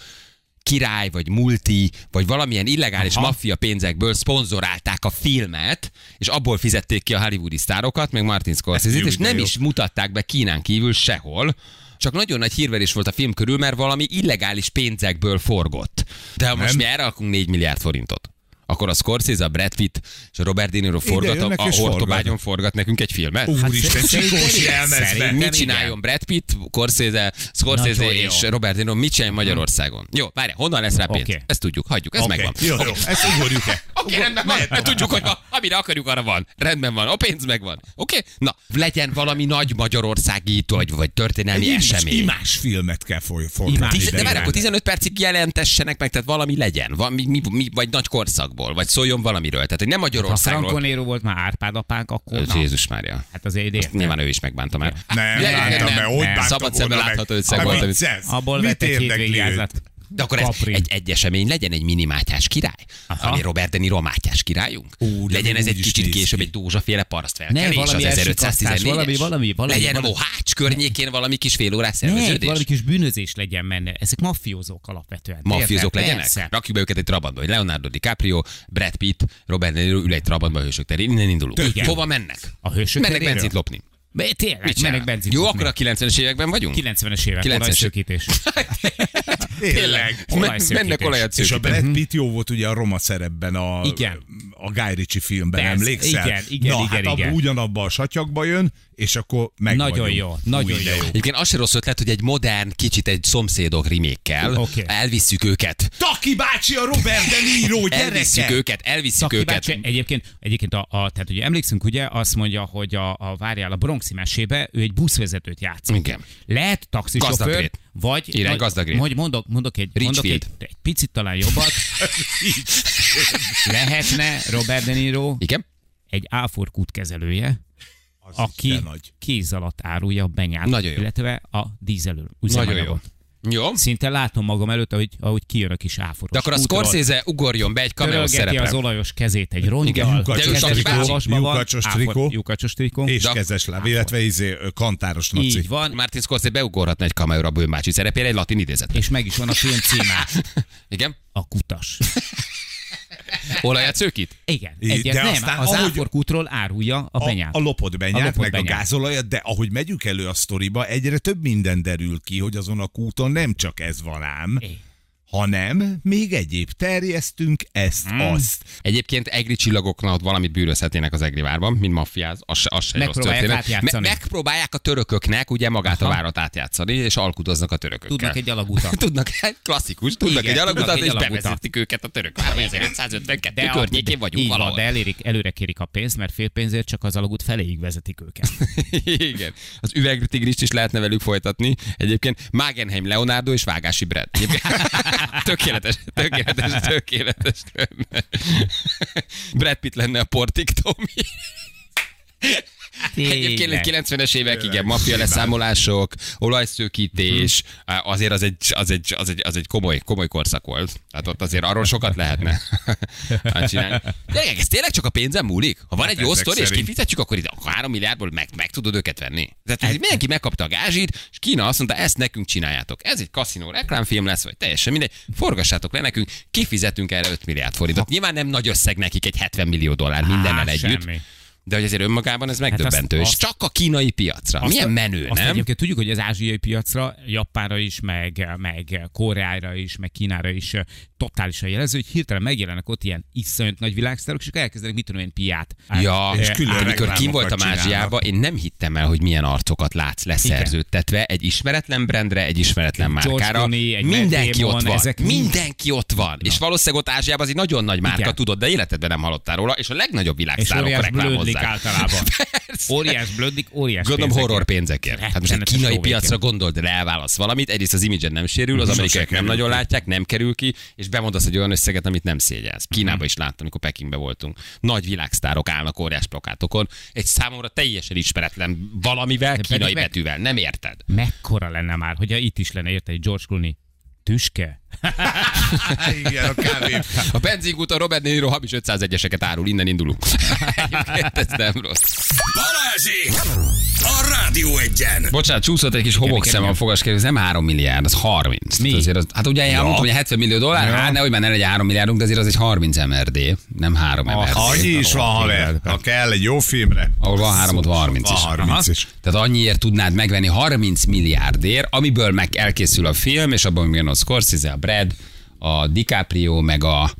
[SPEAKER 2] király, vagy multi, vagy valamilyen illegális Aha. maffia pénzekből szponzorálták a filmet, és abból fizették ki a hollywoodi sztárokat, meg Martin Scorsese-t, és nem is mutatták be Kínán kívül sehol, csak nagyon nagy hírverés volt a film körül, mert valami illegális pénzekből forgott. De ha most mi elrakunk 4 milliárd forintot, akkor a Scorsese, a Brad Pitt és a Robert De Niro forgat,
[SPEAKER 1] jönnek
[SPEAKER 2] a
[SPEAKER 1] és
[SPEAKER 2] Hortobágyon forgat nekünk egy filmet. Hát
[SPEAKER 1] Úristen, csikós jelmezben.
[SPEAKER 2] Mit csináljon Brad Pitt, Scorsese, Scorsese
[SPEAKER 3] Nagyon jó.
[SPEAKER 2] és Robert De Niro, mit csináljon Magyarországon? Jó, várj, honnan lesz rá pénz?
[SPEAKER 3] Oké.
[SPEAKER 2] Ezt tudjuk, hagyjuk, ez megvan.
[SPEAKER 1] Jó, jó, ezt ugorjuk-e?
[SPEAKER 2] Oké, rendben van, mert tudjuk, hogy van, amire akarjuk, arra van. Rendben van, a pénz megvan. Oké? Na, legyen valami nagy magyarországi, vagy, vagy történelmi
[SPEAKER 1] Egy
[SPEAKER 2] esemény.
[SPEAKER 1] Imás filmet kell foly- forgatni.
[SPEAKER 2] Tiz, de
[SPEAKER 1] ide.
[SPEAKER 2] várj, akkor 15 percig jelentessenek meg, tehát valami legyen, van, mi, mi, mi, vagy nagy korszakból, vagy szóljon valamiről. Tehát, hogy nem
[SPEAKER 3] Ha
[SPEAKER 2] Magyarországról.
[SPEAKER 3] Franco Nero volt már Árpád apánk, akkor
[SPEAKER 2] Ö,
[SPEAKER 3] na,
[SPEAKER 2] Jézus Mária.
[SPEAKER 3] hát az idén.
[SPEAKER 2] Nyilván ő is megbánta már.
[SPEAKER 1] Nem,
[SPEAKER 2] Ja,
[SPEAKER 1] láttam,
[SPEAKER 2] nem,
[SPEAKER 1] mert hogy
[SPEAKER 2] nem.
[SPEAKER 1] bántam
[SPEAKER 2] Szabad szemmel
[SPEAKER 1] volna meg.
[SPEAKER 2] látható összeg
[SPEAKER 1] Hát
[SPEAKER 2] volt. amit-
[SPEAKER 1] viccelsz?
[SPEAKER 3] Abból
[SPEAKER 1] Mit
[SPEAKER 3] vett egy
[SPEAKER 1] érdekli őt?
[SPEAKER 3] hétvégigázat.
[SPEAKER 2] De akkor ez
[SPEAKER 3] Capri.
[SPEAKER 2] egy, egy esemény legyen, egy mini Mátyás király. Aha. Ami Robert De Niro a Mátyás királyunk.
[SPEAKER 1] Ú, de
[SPEAKER 2] legyen ez
[SPEAKER 1] úgy
[SPEAKER 2] egy
[SPEAKER 1] is
[SPEAKER 2] kicsit
[SPEAKER 1] néz
[SPEAKER 2] később
[SPEAKER 1] ki.
[SPEAKER 2] egy Dózsaféle parasztfelkelés,
[SPEAKER 3] Ne,
[SPEAKER 2] az
[SPEAKER 3] valami
[SPEAKER 2] 1514
[SPEAKER 3] elsikasztás, valami, valami, valami,
[SPEAKER 2] Legyen
[SPEAKER 3] valami.
[SPEAKER 2] Mohács környékén valami kis fél órás
[SPEAKER 3] Ne,
[SPEAKER 2] szerveződés.
[SPEAKER 3] valami kis bűnözés legyen benne. Ezek mafiózók alapvetően.
[SPEAKER 2] Mafiózók
[SPEAKER 3] Érted?
[SPEAKER 2] legyenek?
[SPEAKER 3] Persze.
[SPEAKER 2] Rakjuk be őket egy trabantba, hogy Leonardo DiCaprio, Brad Pitt, Robert De Niro ül egy trabantba a hősök terén. Innen indulunk.
[SPEAKER 3] Igen.
[SPEAKER 2] Hova mennek?
[SPEAKER 3] A hősök
[SPEAKER 2] Mennek
[SPEAKER 3] teréről?
[SPEAKER 2] benzint lopni.
[SPEAKER 3] Be- Tényleg,
[SPEAKER 2] Mit
[SPEAKER 3] menek
[SPEAKER 2] csinál?
[SPEAKER 3] benzin.
[SPEAKER 2] Jó,
[SPEAKER 3] futni.
[SPEAKER 2] akkor a 90-es években vagyunk?
[SPEAKER 3] 90-es évek
[SPEAKER 2] 90-es.
[SPEAKER 3] olajszökítés.
[SPEAKER 2] Tényleg.
[SPEAKER 3] Olajszökítés.
[SPEAKER 2] Mennek olajat
[SPEAKER 1] És a
[SPEAKER 2] szűkíteni.
[SPEAKER 1] Brad Pitt jó volt ugye a roma szerepben, a,
[SPEAKER 3] Mhm. Igen.
[SPEAKER 1] a Guy Ritchie filmben,
[SPEAKER 3] Persze,
[SPEAKER 1] emlékszel?
[SPEAKER 3] igen, igen,
[SPEAKER 1] Na,
[SPEAKER 3] igen,
[SPEAKER 1] hát abba
[SPEAKER 3] igen.
[SPEAKER 1] ugyanabba a satyakba jön, és akkor meg
[SPEAKER 3] Nagyon
[SPEAKER 1] vagyunk.
[SPEAKER 3] jó, nagyon
[SPEAKER 1] Új, de
[SPEAKER 3] jó.
[SPEAKER 2] Egyébként az se rossz ötlet, hogy egy modern, kicsit egy szomszédok rimékkel
[SPEAKER 3] Oké.
[SPEAKER 2] okay. elvisszük őket.
[SPEAKER 1] Taki bácsi a Robert De Niro,
[SPEAKER 2] Elvisszük
[SPEAKER 1] gyereke!
[SPEAKER 2] őket, elvisszük
[SPEAKER 3] Szaki
[SPEAKER 2] őket.
[SPEAKER 3] bácsi, egyébként, egyébként a, a, tehát ugye emlékszünk, ugye, azt mondja, hogy a, a várjál, a Bronxi mesébe ő egy buszvezetőt játszik.
[SPEAKER 2] Igen.
[SPEAKER 3] Lehet taxisofőr,
[SPEAKER 2] Gazdagrét.
[SPEAKER 3] vagy...
[SPEAKER 2] Irány
[SPEAKER 3] vagy-
[SPEAKER 2] gazdagrét.
[SPEAKER 3] Mondj, mondok, mondok, egy, mondok egy,
[SPEAKER 2] Richfield.
[SPEAKER 3] egy, picit talán jobbat. Lehetne Robert De Niro
[SPEAKER 2] Igen?
[SPEAKER 3] egy áfor kútkezelője,
[SPEAKER 1] Az
[SPEAKER 3] aki
[SPEAKER 1] Isten nagy.
[SPEAKER 3] kéz alatt árulja a benyát,
[SPEAKER 2] Nagyon jó.
[SPEAKER 3] illetve a dízelő
[SPEAKER 2] Nagyon jó.
[SPEAKER 3] üzemanyagot.
[SPEAKER 2] Jó.
[SPEAKER 3] Szinte látom magam előtt, ahogy, ahogy kijön a kis áforos
[SPEAKER 2] De akkor a
[SPEAKER 3] útról.
[SPEAKER 2] Scorsese ugorjon be egy cameo
[SPEAKER 3] Törölgeti
[SPEAKER 2] szerepre.
[SPEAKER 3] az olajos kezét egy rongyal.
[SPEAKER 2] Igen, lyukacsos
[SPEAKER 3] Kezes
[SPEAKER 2] trikó,
[SPEAKER 3] olvasba van,
[SPEAKER 1] lyukacsos
[SPEAKER 3] áfor-
[SPEAKER 1] trikó.
[SPEAKER 3] Lyukacsos trikó.
[SPEAKER 1] És
[SPEAKER 2] De-
[SPEAKER 1] kezes láb, illetve izé, ö, kantáros naci.
[SPEAKER 3] Így van,
[SPEAKER 2] Martin Scorsese beugorhatna egy cameo-ra Bőn bácsi szerepére egy latin idézet.
[SPEAKER 3] és meg is van a film címe.
[SPEAKER 2] Igen?
[SPEAKER 3] A kutas.
[SPEAKER 2] Olajat szőkít?
[SPEAKER 3] Igen,
[SPEAKER 1] I-
[SPEAKER 3] egyet,
[SPEAKER 1] de
[SPEAKER 3] nem,
[SPEAKER 1] aztán
[SPEAKER 3] az
[SPEAKER 1] ahogy-
[SPEAKER 3] áforkútról árulja a benyát.
[SPEAKER 1] A, a lopott benyát,
[SPEAKER 3] A
[SPEAKER 1] a
[SPEAKER 3] lopott
[SPEAKER 1] meg
[SPEAKER 3] benyát.
[SPEAKER 1] a gázolajat, de ahogy megyünk elő a sztoriba, egyre több minden derül ki, hogy azon a kúton nem csak ez van ám,
[SPEAKER 3] É.
[SPEAKER 1] hanem még egyéb terjesztünk ezt,
[SPEAKER 3] Hmm.
[SPEAKER 1] azt.
[SPEAKER 2] Egyébként egri csillagoknak ott valamit bűrözhetnének az egri várban, mint maffiáz, az se, az se rossz
[SPEAKER 3] Megpróbálják
[SPEAKER 2] történet.
[SPEAKER 3] átjátszani.
[SPEAKER 2] megpróbálják a törököknek ugye magát a várat átjátszani, és alkudoznak a törökökkel.
[SPEAKER 3] Tudnak egy alagutat.
[SPEAKER 2] tudnak, hát klasszikus, tudnak
[SPEAKER 3] Igen,
[SPEAKER 2] egy
[SPEAKER 3] tudnak
[SPEAKER 2] alagutat,
[SPEAKER 3] egy
[SPEAKER 2] és
[SPEAKER 3] alagutat.
[SPEAKER 2] bevezetik őket a török várba, 1552
[SPEAKER 3] a-
[SPEAKER 2] környékén vagyunk
[SPEAKER 3] így van,
[SPEAKER 2] valahol.
[SPEAKER 3] De elérik, előre kérik a pénzt, mert fél pénzért csak az alagút feléig vezetik őket.
[SPEAKER 2] Igen. Az üvegtigrist is lehetne velük folytatni. Egyébként Magenheim Leonardo és Vágási Brad. Egyébként tökéletes, tökéletes, tökéletes. lenne. Brad Pitt lenne a portik Tomi. Egyébként
[SPEAKER 3] Tényleg.
[SPEAKER 2] 90-es évek, igen, maffia leszámolások, olajszőkítés,
[SPEAKER 3] Mhm.
[SPEAKER 2] á, azért az egy, az egy, az egy, az egy komoly, komoly korszak volt. Tehát ott azért arról sokat lehetne hát csinálni. Gyerekek, ez tényleg csak a pénzem múlik? Ha
[SPEAKER 3] Hát
[SPEAKER 2] van egy jó
[SPEAKER 1] ezek
[SPEAKER 2] sztori, és
[SPEAKER 1] szerint.
[SPEAKER 2] kifizetjük, akkor itt a 3 milliárdból meg, meg tudod őket venni. Tehát
[SPEAKER 3] Hát-
[SPEAKER 2] hogy mindenki megkapta a gázsit, és Kína azt mondta, ezt nekünk csináljátok. Ez egy kaszinó reklámfilm lesz, vagy teljesen mindegy. Forgassátok le nekünk, kifizetünk erre 5 milliárd forintot. Nyilván nem nagy összeg nekik egy 70 millió dollár mindennel
[SPEAKER 3] Hát,
[SPEAKER 2] együtt.
[SPEAKER 3] semmi.
[SPEAKER 2] De hogy azért önmagában ez megdöbbentő.
[SPEAKER 3] Hát azt-
[SPEAKER 2] és csak a kínai piacra. Milyen menő,
[SPEAKER 3] Azt
[SPEAKER 2] nem?
[SPEAKER 3] egyébként tudjuk, hogy az ázsiai piacra, Japánra is, meg, meg Koreára is, meg Kínára is eh, totálisan jelező, hogy hirtelen megjelennek ott ilyen iszonyat nagy világsztárok, és ők elkezdenek mit tudom én piát. Hát, eh,
[SPEAKER 2] Ja,
[SPEAKER 1] És külön
[SPEAKER 2] amikor kim
[SPEAKER 1] reklámokat
[SPEAKER 2] voltam
[SPEAKER 1] csinálnak.
[SPEAKER 2] Ázsiában, én nem hittem el, hogy milyen arcokat látsz leszerződtetve egy ismeretlen brendre, egy ismeretlen
[SPEAKER 3] George
[SPEAKER 2] márkára.
[SPEAKER 3] Clooney, egy Matt
[SPEAKER 2] mindenki
[SPEAKER 3] Damon,
[SPEAKER 2] ott van.
[SPEAKER 3] ezek mind-
[SPEAKER 2] mindenki ott van. És valószínűleg ott Ázsiában az egy nagyon nagy márka,
[SPEAKER 3] Igen.
[SPEAKER 2] tudod, de életedben nem hallottál róla, és a legnagyobb
[SPEAKER 3] És
[SPEAKER 2] világsztárok
[SPEAKER 3] óriás blödlik
[SPEAKER 2] reklámozzák.
[SPEAKER 3] általában.
[SPEAKER 2] Persze.
[SPEAKER 3] Óriás blödlik, óriás
[SPEAKER 2] Gondolom
[SPEAKER 3] pénzekért.
[SPEAKER 2] horror pénzekért. Hát most egy
[SPEAKER 3] Rettenetes
[SPEAKER 2] kínai
[SPEAKER 3] lóvékért.
[SPEAKER 2] piacra gondold, de elválasz valamit, egyrészt az imidzsen nem sérül, az amerikaiak nem nagyon látják, nem kerül ki, és bemondasz egy olyan összeget, amit nem szégyelsz.
[SPEAKER 3] Mhm.
[SPEAKER 2] Kínába is láttam, amikor Pekingbe voltunk. Nagy világsztárok állnak óriás plakátokon, egy számomra teljesen ismeretlen valamivel,
[SPEAKER 3] pedig
[SPEAKER 2] kínai
[SPEAKER 3] meg-
[SPEAKER 2] betűvel. Nem érted?
[SPEAKER 3] Mekkora lenne már, hogyha itt is lenne érte egy George Clooney tüske?
[SPEAKER 1] Igen, a kávé.
[SPEAKER 2] A benzinkúton Robert De Niro hamis 501-eseket árul, innen indulunk. Egyébként ez nem rossz.
[SPEAKER 7] Balázsi! A Rádió egyen!
[SPEAKER 2] Bocsánat, csúszott egy kis homokszem a fogaskerül, ez nem 3 milliárd, az 30. Mi? Azért az, hát ugye ja. mondtam, hogy 70 millió dollár, ja. hát nehogy már ne legyen 3 milliárdunk, de azért az egy 30 MRD, nem 3 MRD.
[SPEAKER 1] Annyi is van, haver. Ha kell egy jó filmre.
[SPEAKER 2] Ahol van 3, ott van 30
[SPEAKER 1] Van
[SPEAKER 2] is.
[SPEAKER 1] 30 is.
[SPEAKER 2] Tehát annyiért tudnád megvenni 30 milliárdért, amiből meg elkészül a film, és abban jön a Scorsese, a Brad, a DiCaprio, meg a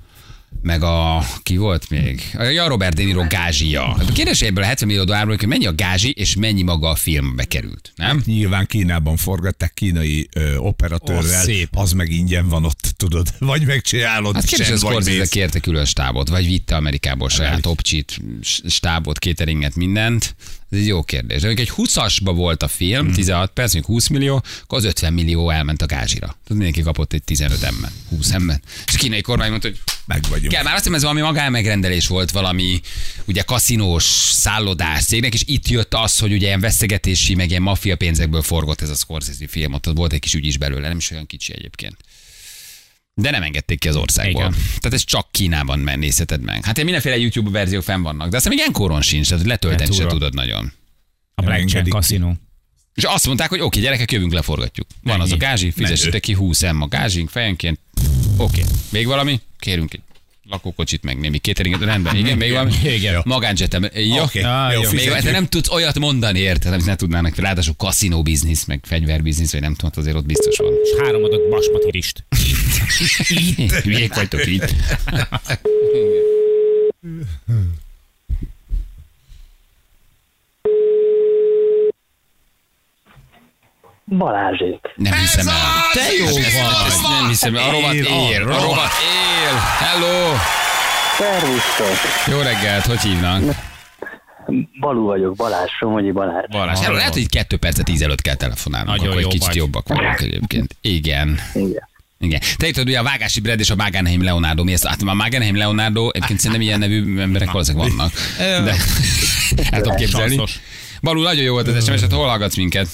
[SPEAKER 2] meg a, ki volt még? Ja, Robert De Niro gázsia. Hát Kérdés ebből a 70 millió dollárból, hogy mennyi a gázsi, és mennyi maga a film bekerült, nem?
[SPEAKER 1] Nyilván Kínában forgatták kínai ö,
[SPEAKER 3] Ó,
[SPEAKER 1] operatőrrel,
[SPEAKER 3] szép.
[SPEAKER 1] az meg ingyen van ott, tudod. Vagy megcsinálod,
[SPEAKER 2] Hát kérdés,
[SPEAKER 1] sem,
[SPEAKER 2] hogy
[SPEAKER 1] vagy
[SPEAKER 2] Scorsese
[SPEAKER 1] mész.
[SPEAKER 2] kérte külön stábot, vagy vitte Amerikából saját opcsit, s- stábot, cateringet, mindent. Ez egy jó kérdés. De mondjuk egy 20-asba volt a film, 16 perc, mondjuk 20 millió, akkor az 50 millió elment a gázsira. Tehát mindenki kapott egy 15 emmet, 20 emmet. És a kínai kormány mondta, hogy
[SPEAKER 1] Meg vagyunk.
[SPEAKER 2] kell, már azt hiszem, ez valami magánmegrendelés volt, valami ugye kaszinós szállodás cégnek, és itt jött az, hogy ugye ilyen veszegetési, meg ilyen maffia pénzekből forgott ez a Scorsese film, ott volt egy kis ügy is belőle, nem is olyan kicsi egyébként. De nem engedték ki az országból. Igen.
[SPEAKER 3] Igen.
[SPEAKER 2] Tehát ez csak Kínában men- nézheted meg. Hát ilyen mindenféle YouTube verziók fenn vannak, de azt hiszem, még enkoron sincs, tehát letölteni
[SPEAKER 3] Hát,
[SPEAKER 2] se
[SPEAKER 3] uram.
[SPEAKER 2] tudod nagyon.
[SPEAKER 3] A Black Jack
[SPEAKER 1] Engedik.
[SPEAKER 3] kaszinó.
[SPEAKER 2] És azt mondták, hogy oké, gyerekek, jövünk, leforgatjuk. Van
[SPEAKER 3] Ennyi.
[SPEAKER 2] az a gázsi, fizessétek ki 20 M a gázsink fejenként. Oké, még valami? Kérünk egy lakókocsit, meg némi cateringet, rendben, igen, még valami?
[SPEAKER 3] Igen.
[SPEAKER 2] Magánzsetem, jó.
[SPEAKER 1] Oké,
[SPEAKER 2] Okay.
[SPEAKER 3] Ah,
[SPEAKER 1] jó,
[SPEAKER 3] jó.
[SPEAKER 2] Még, de
[SPEAKER 1] fizetjük.
[SPEAKER 2] nem tudsz olyat mondani, érted, amit ne tudnának. Ráadásul kaszinó biznisz, meg fegyverbiznisz, vagy nem tudom, hát azért ott biztos van.
[SPEAKER 3] És három adag basmatirist.
[SPEAKER 2] Hülyék vagytok itt.
[SPEAKER 5] Balázsék.
[SPEAKER 2] Nem hiszem el.
[SPEAKER 3] Te jó
[SPEAKER 2] Ez nem hiszem el. A rovat
[SPEAKER 1] Él van,
[SPEAKER 2] él. A rovat él. Hello.
[SPEAKER 5] Szervusztok!
[SPEAKER 2] Jó reggelt, hogy hívnak?
[SPEAKER 5] Balú vagyok, Balázs, Somogyi Balázs.
[SPEAKER 2] Balázs. Hello, lehet, hogy kettő percet tíz előtt kell telefonálnunk,
[SPEAKER 3] Nagyon
[SPEAKER 2] akkor egy
[SPEAKER 3] jó
[SPEAKER 2] kicsit
[SPEAKER 3] vagy.
[SPEAKER 2] jobbak vagyunk egyébként. Igen.
[SPEAKER 5] Igen.
[SPEAKER 2] Igen. Te itt tudod, ugye a vágási Brad és a Magenheim Leonardo. Mi ez? Hát a Magenheim Leonardo, egyébként szerintem ilyen nevű emberek valószínűleg vannak. De el tudom képzelni.
[SPEAKER 3] Sanszos.
[SPEAKER 2] Balú, nagyon jó volt az SMS, hát hol hallgatsz minket?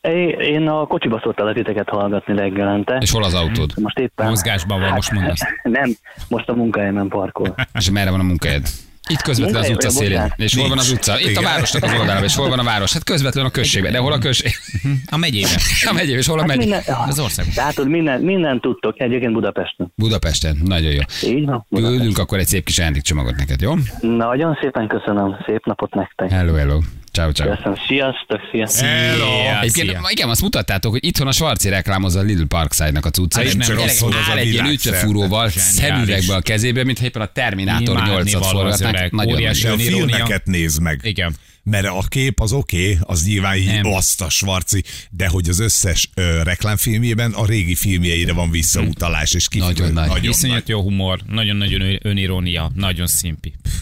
[SPEAKER 5] É- Én a kocsiba szoktalak titeket hallgatni reggelente.
[SPEAKER 2] És hol az autód?
[SPEAKER 5] Most éppen...
[SPEAKER 3] Mozgásban van, most mondasz.
[SPEAKER 5] Nem, most a munkahelyemen parkol.
[SPEAKER 2] És merre van a munkahelyed? Itt közvetlen az
[SPEAKER 5] Nincs
[SPEAKER 2] utca
[SPEAKER 5] olyan,
[SPEAKER 2] szélén.
[SPEAKER 5] bocsánat.
[SPEAKER 2] És hol van az utca? Itt a
[SPEAKER 1] Igen.
[SPEAKER 2] városnak az oldalában, és hol van a város? Hát közvetlen a községben, de hol a község?
[SPEAKER 3] Mhm. A megyében.
[SPEAKER 2] A megyében, és hol a megy?
[SPEAKER 5] Hát Minden,
[SPEAKER 3] Az ország.
[SPEAKER 5] Látod, minden, minden tudtok. Egyébként Budapesten.
[SPEAKER 2] Budapesten, nagyon jó.
[SPEAKER 5] Így van? Budapesten.
[SPEAKER 2] Küldünk akkor egy szép kis ajándékcsomagot neked, jó?
[SPEAKER 5] Nagyon szépen köszönöm. Szép napot nektek.
[SPEAKER 2] Hello, hello. Ciao, ciao.
[SPEAKER 5] Köszönöm. Sziasztok, sziasztok.
[SPEAKER 1] Hello!
[SPEAKER 2] Egyébként, igen, azt mutattátok, hogy itthon a Svarci reklámozza a Lidl Parkside-nak a cuccát.
[SPEAKER 1] Hát
[SPEAKER 2] és
[SPEAKER 1] nem,
[SPEAKER 2] gyerekek,
[SPEAKER 1] rossz volt az a
[SPEAKER 2] áll egy ilyen
[SPEAKER 1] világszerte.
[SPEAKER 2] ütyefúróval, szemüvegbe a kezébe, mintha éppen a Terminátor
[SPEAKER 3] Imádni
[SPEAKER 2] 8-at
[SPEAKER 3] való az
[SPEAKER 2] forgatnák.
[SPEAKER 3] öreg,
[SPEAKER 2] Nagyon
[SPEAKER 3] óriási.
[SPEAKER 2] nagy.
[SPEAKER 1] De a
[SPEAKER 3] Irónia.
[SPEAKER 1] filmeket nézd meg.
[SPEAKER 3] Igen.
[SPEAKER 1] Mert a kép az oké, okay, az nyilván így
[SPEAKER 3] Nem.
[SPEAKER 1] azt a svarci, de hogy az összes ö, reklámfilmjében a régi filmjeire van visszautalás, és kifejezetten
[SPEAKER 2] Nagyon nagy.
[SPEAKER 1] nagy.
[SPEAKER 3] Iszonyat jó humor, nagyon-nagyon ö- önirónia, nagyon szimpi. Pff.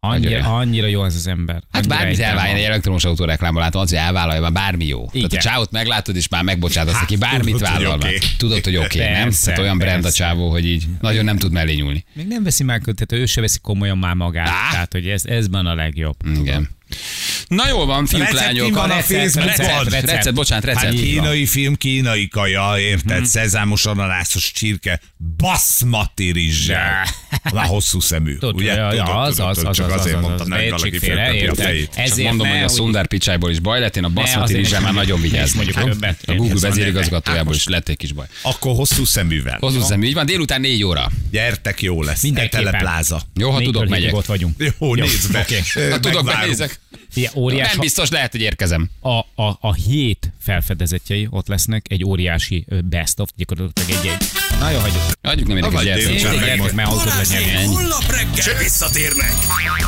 [SPEAKER 2] Nagyon
[SPEAKER 3] Annyira, annyira jó ez az ember.
[SPEAKER 2] Hát
[SPEAKER 3] Annyira
[SPEAKER 2] bármit
[SPEAKER 3] egyben
[SPEAKER 2] elvállalja, egy elektromos autó reklámban látom, az, hogy elvállalja, már bármi jó. Igen. Tehát
[SPEAKER 3] Igen.
[SPEAKER 2] a csávot meglátod, és már megbocsátasz neki, bármit
[SPEAKER 1] Hát, tudod, hogy
[SPEAKER 2] vállal már.
[SPEAKER 1] oké.
[SPEAKER 2] Tudod, hogy oké, nem?
[SPEAKER 3] Persze,
[SPEAKER 2] Tehát olyan brand a
[SPEAKER 3] persze.
[SPEAKER 2] csávó, hogy így nagyon nem tud mellé nyúlni.
[SPEAKER 3] van. Még nem veszi már, tehát ő se veszi komolyan már magát.
[SPEAKER 2] Á!
[SPEAKER 3] Tehát, hogy ez, ez van a legjobb.
[SPEAKER 2] Igen. Na jó van, fiúk,
[SPEAKER 1] Receptim
[SPEAKER 2] lányok.
[SPEAKER 1] van a Facebookon.
[SPEAKER 2] Recept, recept, recept, bocsánat, recept.
[SPEAKER 1] Hát
[SPEAKER 2] Így van.
[SPEAKER 1] kínai film, kínai kaja, érted? Hmm. Szezámos ananászos csirke, baszmati rizssel. Már hosszú szemű.
[SPEAKER 3] Tudod,
[SPEAKER 1] ugye?
[SPEAKER 3] ja, ja, az, az,
[SPEAKER 1] tudod,
[SPEAKER 3] az,
[SPEAKER 1] csak
[SPEAKER 3] az, az,
[SPEAKER 1] azért
[SPEAKER 3] az, az,
[SPEAKER 1] mondtam,
[SPEAKER 3] az,
[SPEAKER 1] nem valaki
[SPEAKER 3] értsük félre,
[SPEAKER 1] fölköpi a
[SPEAKER 3] érted?
[SPEAKER 1] fejét.
[SPEAKER 3] Ez-
[SPEAKER 2] Csak
[SPEAKER 3] Ezért
[SPEAKER 2] mondom,
[SPEAKER 3] ne,
[SPEAKER 2] hogy a
[SPEAKER 3] hogy-
[SPEAKER 2] Sundar Picsájból is baj lett, én a Baszmati
[SPEAKER 3] azért
[SPEAKER 2] Rizsel
[SPEAKER 3] nem
[SPEAKER 2] már nagyon
[SPEAKER 3] mondjuk,
[SPEAKER 2] vigyázom.
[SPEAKER 3] nem is mondjuk
[SPEAKER 2] jó?
[SPEAKER 3] többet.
[SPEAKER 2] A Google
[SPEAKER 3] Ez van
[SPEAKER 2] vezérigazgatójából is lett egy kis baj.
[SPEAKER 1] Akkor hosszú szeművel.
[SPEAKER 2] Hozzú szemű, így van, délután négy óra.
[SPEAKER 1] Gyertek, jó lesz.
[SPEAKER 3] Mindenképpen.
[SPEAKER 1] Telepláza.
[SPEAKER 2] Jó, ha
[SPEAKER 3] Négtől
[SPEAKER 2] tudok,
[SPEAKER 3] hétig
[SPEAKER 2] megyek.
[SPEAKER 3] Ott vagyunk.
[SPEAKER 1] Jó, nézd meg. Ö,
[SPEAKER 2] Ha Hát tudok,
[SPEAKER 1] megvárunk.
[SPEAKER 2] megnézek.
[SPEAKER 3] Ilyen óriás,
[SPEAKER 2] Nem biztos, lehet, hogy érkezem.
[SPEAKER 3] a, a, a hét felfedezetjei ott lesznek, egy óriási ö, best of, gyakorlatilag egy-egy. Na jó, hagyjuk.
[SPEAKER 2] Adjuk nem
[SPEAKER 1] Na,
[SPEAKER 2] mindenki,
[SPEAKER 1] vagy
[SPEAKER 2] gyertek.
[SPEAKER 1] délután
[SPEAKER 3] Gyertek,
[SPEAKER 1] megmond.
[SPEAKER 3] mert ahhoz tud
[SPEAKER 7] Balázsék
[SPEAKER 3] legyen.
[SPEAKER 7] holnap reggel visszatérnek.